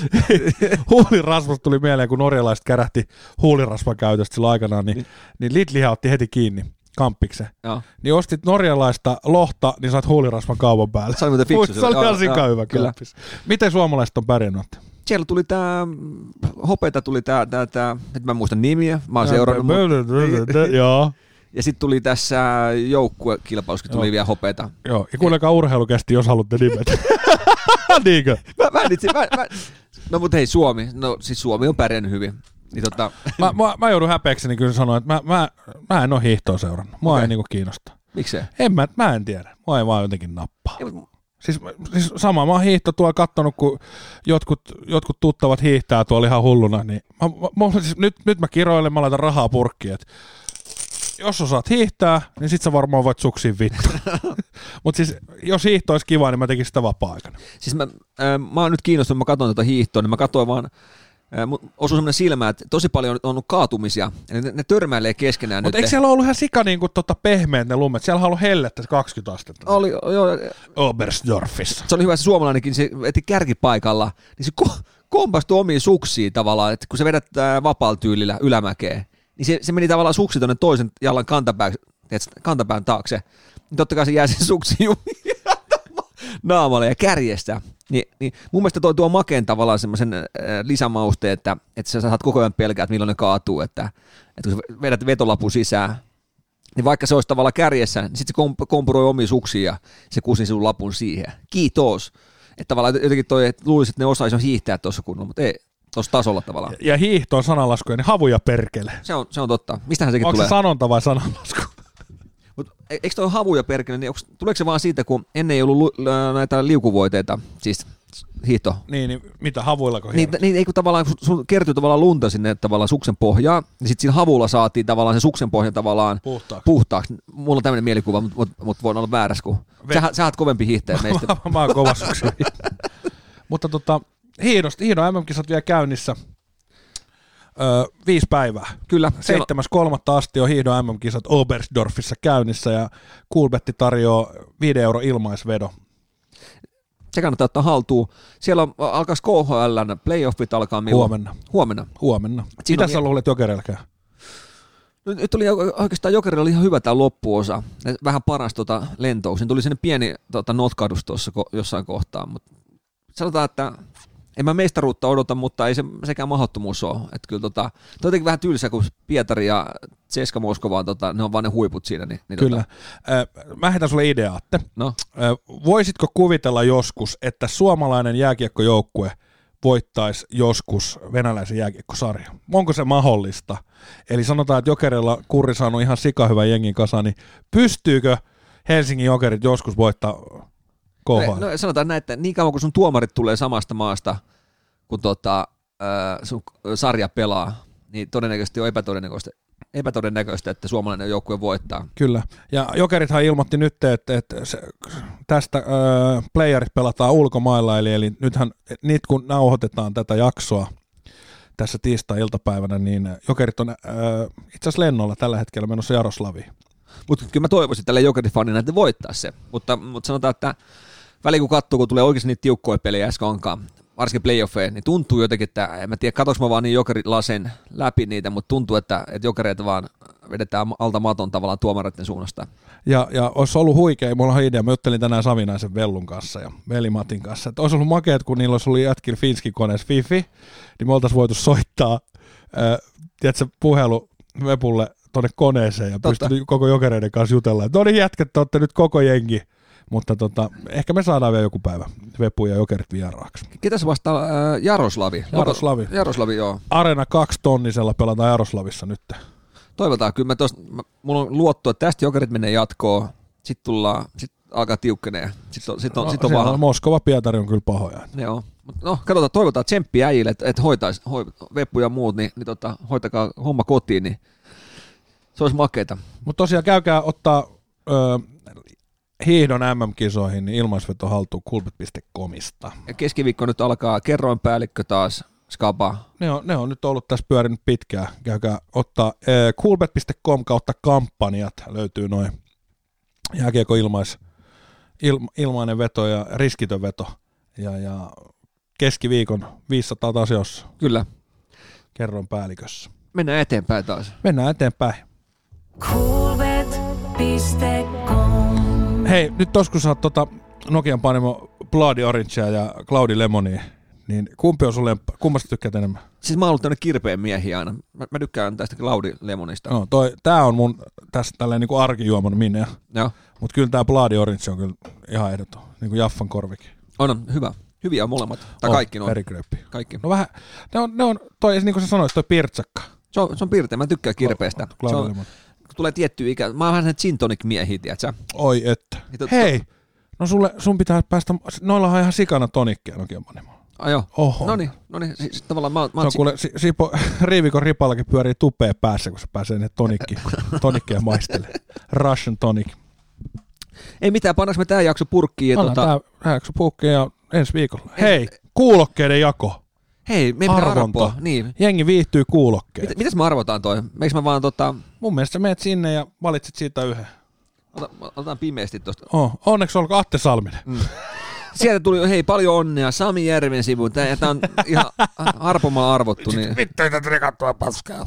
S1: *laughs* huulirasvasta tuli mieleen, kun norjalaiset kärähti huulirasvan käytöstä silloin aikanaan, niin, niin Lidlihan otti heti kiinni kamppiksen.
S2: Joo.
S1: Niin ostit norjalaista lohta, niin saat huulirasvan kaupan päälle.
S2: Se oli muuten fiksu
S1: Muista, Se oli
S2: silloin.
S1: ihan
S2: Joo,
S1: sika
S2: joo,
S1: hyvä
S2: kyllä.
S1: kyllä. Miten suomalaiset on pärjännyt?
S2: siellä tuli tämä, hopeita tuli tämä, tää, tää, nyt mä en muista nimiä, mä oon seurannut, mut-
S1: Joo.
S2: ja sitten tuli tässä joukkuekilpailussakin tuli vielä hopeita.
S1: Joo, ja kuulekaa urheilukästi, jos haluatte nimet. *laughs* Niinkö?
S2: Mä, mä, itse, mä, mä, no mutta hei Suomi, no siis Suomi on pärjännyt hyvin. Niin tota, *laughs*
S1: Mä, mä, mä joudun häpeäkseni kyllä sanoa, että mä, mä, mä en ole hiihtoa seurannut. Mua okay. ei niinku kiinnosta.
S2: miksei?
S1: En mä, mä en tiedä. Mua ei vaan jotenkin nappaa.
S2: Ei, mut-
S1: Siis, siis sama, mä oon hiihto tuolla kattonut, kun jotkut, jotkut tuttavat hiihtää tuolla ihan hulluna, niin mä, mä, mulla on siis, nyt, nyt mä kiroilen, mä laitan rahaa purkkiin, että jos osaat hiihtää, niin sit sä varmaan voit suksiin
S2: *laughs*
S1: vittu. Mutta siis, jos hiihto olisi kiva, niin mä tekisin sitä vapaa-aikana.
S2: Siis mä, ää, mä oon nyt kiinnostunut, mä katson tätä hiihtoa, niin mä katsoin vaan, ää, mut osui semmoinen silmä, että tosi paljon on ollut kaatumisia, eli ne, ne törmäilee keskenään
S1: Mutta
S2: nyt.
S1: eikö siellä ollut ihan sika niin kuin, tota, pehmeät ne lumet? Siellä on ollut hellettä 20 astetta.
S2: oli, joo,
S1: Oberstdorfissa.
S2: se oli hyvä se suomalainenkin, se eti kärkipaikalla, niin se ko- kompastui omiin suksiin tavallaan, että kun sä vedät ää, vapaalla tyylillä ylämäkeen, niin se, se meni tavallaan suksi tonne toisen jalan kantapään, kantapään taakse, niin totta kai se jää sen suksi jumiin *laughs* naamalle ja kärjestä. Ni, niin mun mielestä toi tuo makeen tavallaan semmoisen äh, lisämauste, että, että sä saat koko ajan pelkää, että milloin ne kaatuu, että, että kun sä vedät vetolapun sisään, niin vaikka se olisi tavallaan kärjessä, niin sitten se komp- kompuroi omiin suksiin ja se kusi sinun lapun siihen. Kiitos. Että tavallaan jotenkin toi, että luulisi, että ne osaisi jo hiihtää tuossa kunnolla, mutta ei tuossa tasolla tavallaan.
S1: Ja hiihto on sananlaskuja, niin havuja perkele.
S2: Se on, se on totta. Mistähän sekin
S1: Onko
S2: tulee?
S1: se sanonta vai sananlasku?
S2: Mut e- eikö toi havu ja perkele, niin onks, tuleeko se vaan siitä, kun ennen ei ollut lu- lö- näitä liukuvoiteita, siis hiihto?
S1: *laughs* Niin, niin mitä havuillako
S2: Niin,
S1: hiihto?
S2: niin ei kun tavallaan, kun sun kertyy tavallaan lunta sinne tavallaan suksen pohjaan, niin sitten siinä havulla saatiin tavallaan se suksen pohja tavallaan
S1: Puhtaaksi.
S2: puhtaaksi. Mulla on tämmöinen mielikuva, mutta mut, mut voin olla väärässä, kun
S1: Ve-
S2: sä, sä oot
S1: *laughs*
S2: kovempi hiihtäjä meistä.
S1: Mä oon kova suksi. Mutta tota, hiidosta, hiidon MM-kisat vielä käynnissä. Öö, viisi päivää.
S2: Kyllä, se on,
S1: 7.3. asti on hiidon MM-kisat Oberstdorfissa käynnissä ja Kulbetti tarjoaa 5 euro ilmaisvedo.
S2: se kannattaa ottaa haltuun. Siellä on, äh, alkaisi KHLn playoffit alkaa milloin?
S1: Huomenna.
S2: Huomenna.
S1: Huomenna.
S2: Siinä
S1: Mitä
S2: on
S1: sä luulet jokereilla käy?
S2: Nyt, nyt oli o- oikeastaan Jokerilla oli ihan hyvä tämä loppuosa. Ne Vähän paras tota lentoa. Siinä tuli sinne pieni tota, notkahdus tuossa ko- jossain kohtaa. Mut sanotaan, että en mä mestaruutta odota, mutta ei se sekään mahdottomuus ole. Et kyllä tota, toi on jotenkin vähän tylsä, kun Pietari ja Ceska Moskova, on tota, ne on vaan ne huiput siinä. Niin, niin
S1: Kyllä.
S2: Tota,
S1: Öö, mä heitän sulle ideaatte.
S2: no,
S1: Ö, Voisitko kuvitella joskus, että suomalainen jääkiekkojoukkue voittaisi joskus venäläisen jääkiekkosarjan? Onko se mahdollista? Eli sanotaan, että Jokerilla Kurri saanut ihan sikahyvän jengin kasaan, niin pystyykö Helsingin Jokerit joskus voittaa KHL?
S2: No, sanotaan näin, että niin kauan kun sun tuomarit tulee samasta maasta, kun tota, äh, sun sarja pelaa, niin todennäköisesti on epätodennäköistä, epätodennäköistä että suomalainen joukkue voittaa.
S1: Kyllä. Ja Jokerithan ilmoitti nyt, että, että se, tästä ö, playerit pelataan ulkomailla, eli, eli nythän nyt kun nauhoitetaan tätä jaksoa tässä tiistai-iltapäivänä, niin Jokerit on ö, itse asiassa lennolla tällä hetkellä menossa Jaroslaviin.
S2: Mutta kyllä mä toivoisin tälle Jokerifanina, että voittaa se. Mutta, mutta sanotaan, että väliin kun katsoo, kun tulee oikeasti niitä tiukkoja pelejä SK onkaan, varsinkin playoffeja, niin tuntuu jotenkin, että en mä tiedä, katsoinko mä vaan niin jokerilasen läpi niitä, mutta tuntuu, että, että jokereita vaan vedetään alta maton tavallaan tuomareiden suunnasta.
S1: Ja, ja olisi ollut huikea, mulla on idea, mä juttelin tänään Savinaisen Vellun kanssa ja Velimatin kanssa, että olisi ollut makeet, kun niillä olisi ollut jätkillä Finski koneessa Fifi, niin me oltaisiin voitu soittaa, äh, tiedätkö, puhelu Vepulle tuonne koneeseen ja
S2: Totta.
S1: pystynyt koko jokereiden kanssa jutella, että no niin jätkät, te olette nyt koko jengi, mutta tota, ehkä me saadaan vielä joku päivä Vepu ja jokerit vieraaksi.
S2: Ketä se vastaa? Ää, äh, Jaroslavi.
S1: Jaroslavi.
S2: Jaroslavi, joo.
S1: Arena 2 tonnisella pelataan Jaroslavissa nyt.
S2: No, Toivotaan, kyllä mä tosta, mä, mulla on luottoa, että tästä jokerit menee jatkoon, sitten tullaan, sitten alkaa tiukkenee, sitten on, sit on, sit on
S1: siellä
S2: vaan,
S1: Moskova Pietari on kyllä pahoja.
S2: ne on. Mut no, katsotaan, toivotaan tsemppiä äijille, että et hoitais, hoi, Veppu ja muut, niin, niin tota, hoitakaa homma kotiin, niin se olisi makeeta.
S1: Mutta tosiaan käykää ottaa ö, hiihdon MM-kisoihin niin ilmaisveto haltuun kulpit.comista.
S2: Ja keskiviikko nyt alkaa kerroinpäällikkö taas, skaba.
S1: Ne on, ne on nyt ollut tässä pyörinyt pitkään. Käykää ottaa ö, kulpit.com kautta kampanjat löytyy noin jääkiekko ilmais, il, ilmainen veto ja riskitön veto. Ja, ja keskiviikon 500 taas jos
S2: Kyllä,
S1: kerron päällikössä.
S2: mennään eteenpäin taas.
S1: Mennään eteenpäin.
S6: Coolbet.com
S1: Mm. Hei, nyt tos kun sä oot tota Nokian painimo Bloody Orangea ja Cloudy Lemonia niin kumpi on sun lemppa? Kummasta tykkäät enemmän?
S2: Siis mä oon ollut tämmönen kirpeä miehi aina. Mä, mä tykkään tästä Laudi Lemonista.
S1: No, toi, tää on mun tässä tälleen niinku arkijuomon minä.
S2: Joo.
S1: Mut kyllä tää Bloody Orange on kyllä ihan ehdoton. Niinku Jaffan korvikin.
S2: On, on hyvä. Hyviä on molemmat. Tai
S1: On,
S2: kaikki noin.
S1: Perigröppi.
S2: Kaikki.
S1: No vähän, ne on, ne on toi, niin kuin sä sanoit, toi pirtsakka.
S2: Se on, se on pirteä. Mä tykkään kirpeästä. Se on,
S1: Klaudemon.
S2: kun tulee tietty ikä. Mä oon vähän sen gin tonic miehiä, tiedätkö?
S1: Oi että.
S2: Mitä-
S1: Hei, no sulle, sun pitää päästä, noilla on ihan sikana tonikkeja nokin panimolla.
S2: Ai joo.
S1: Oho.
S2: No niin, no niin. Siis tavallaan mä oon,
S1: Se
S2: mä oon
S1: on kuule, si, siipo, *laughs* riivikon ripallakin pyörii tupee päässä, kun se pääsee ne tonikki,
S2: *laughs*
S1: tonikkeja maistele. Russian tonic.
S2: Ei mitään, pannaanko me tää jakso purkkiin. Ja
S1: Anna
S2: tota,
S1: tää hääksy puukkiin ja ensi viikolla. Hei, kuulokkeiden jako.
S2: Hei, me pitää
S1: Arvonta.
S2: arpoa. Niin.
S1: Jengi viihtyy kuulokkeet.
S2: Mit, mitäs me arvotaan toi? Meiks mä vaan tota,
S1: Mun mielestä sä menet sinne ja valitset siitä yhden.
S2: ota, otetaan pimeästi tosta.
S1: Oh, onneksi olkoon Atte Salminen.
S2: Mm. Sieltä tuli, hei, paljon onnea Sami Järven sivuun. Tää, tää on ihan *laughs* arpomaan arvottu. Niin.
S1: Vittu, ei tätä rekattua paskaa.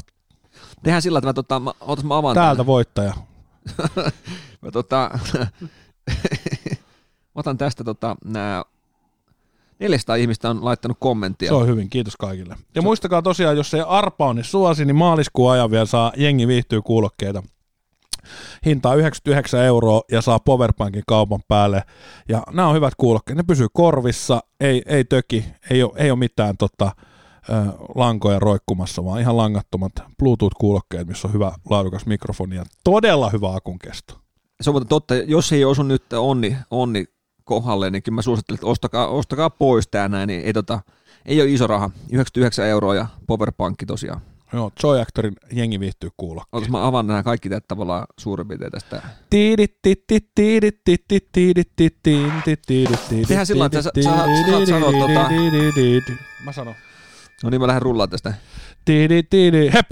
S2: Tehdään sillä, että mä, tota, mä, otas mä avaan
S1: Täältä voittaja.
S2: tän. Mä, tota, *laughs* mä otan tästä tota, nää, 400 ihmistä on laittanut kommenttia.
S1: Se on hyvin, kiitos kaikille. Ja muistakaa tosiaan, jos ei arpa on, niin suosi, niin maaliskuun ajan vielä saa jengi viihtyy kuulokkeita. Hinta on 99 euroa ja saa Powerbankin kaupan päälle. Ja nämä on hyvät kuulokkeet, ne pysyy korvissa, ei, ei töki, ei ole, ei ole mitään tota, ö, lankoja roikkumassa, vaan ihan langattomat Bluetooth-kuulokkeet, missä on hyvä laadukas mikrofoni ja todella hyvä akun kesto.
S2: Se on muuten totta, jos ei osu nyt onni, onni kohdalle, niin kyllä mä suosittelen, että ostakaa, ostakaa pois tää näin, niin ei, tota, ei ole iso raha, 99 euroa ja powerpankki tosiaan.
S1: Joo, Joy Actorin jengi viihtyy kuulokkeet.
S2: Otas mä avaan nämä kaikki täältä tavallaan suurin piirtein tästä.
S1: Tehdään
S2: sillä lailla, että sä- sä- sä saat sanoa tota-
S1: Mä sanon.
S2: No niin, mä lähden rullaan tästä.
S1: Tiidi, tiidi, hep!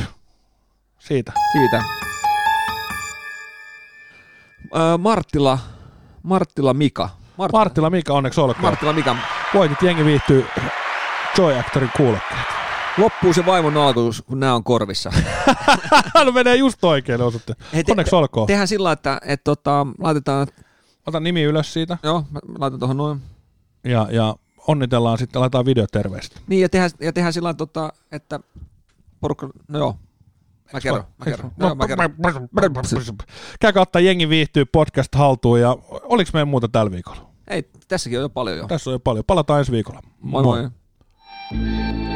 S1: Siitä.
S2: Siitä. Öö, Marttila, Marttila Mika. Mart-
S1: Marttila Mika, onneksi olkoon.
S2: Marttila Mika.
S1: Voitit jengi viihtyy Joy Actorin kuulokkeet.
S2: Loppuu se vaimon alkuus, kun nämä on korvissa.
S1: Hän menee just oikein osoitte.
S2: Hei, te-
S1: Onneksi olkoon.
S2: Tehdään sillä, että et, tota, laitetaan,
S1: Ota nimi ylös siitä
S2: joo, mä mä laitan tuohon noin.
S1: ja, ja onnitellaan sitten, laitetaan videoterveistä.
S2: Niin, ja tehdään, ja tehdään sillä tavalla, että porukka, no joo, mä kerron, mä kerron. No, joo, mä kerron.
S1: Käykää ottaa jengi viihtyy podcast haltuun ja oliks meidän muuta tällä viikolla?
S2: Ei, tässäkin on jo paljon jo.
S1: Tässä on jo paljon. Palataan ensi viikolla.
S2: Moi moi. moi.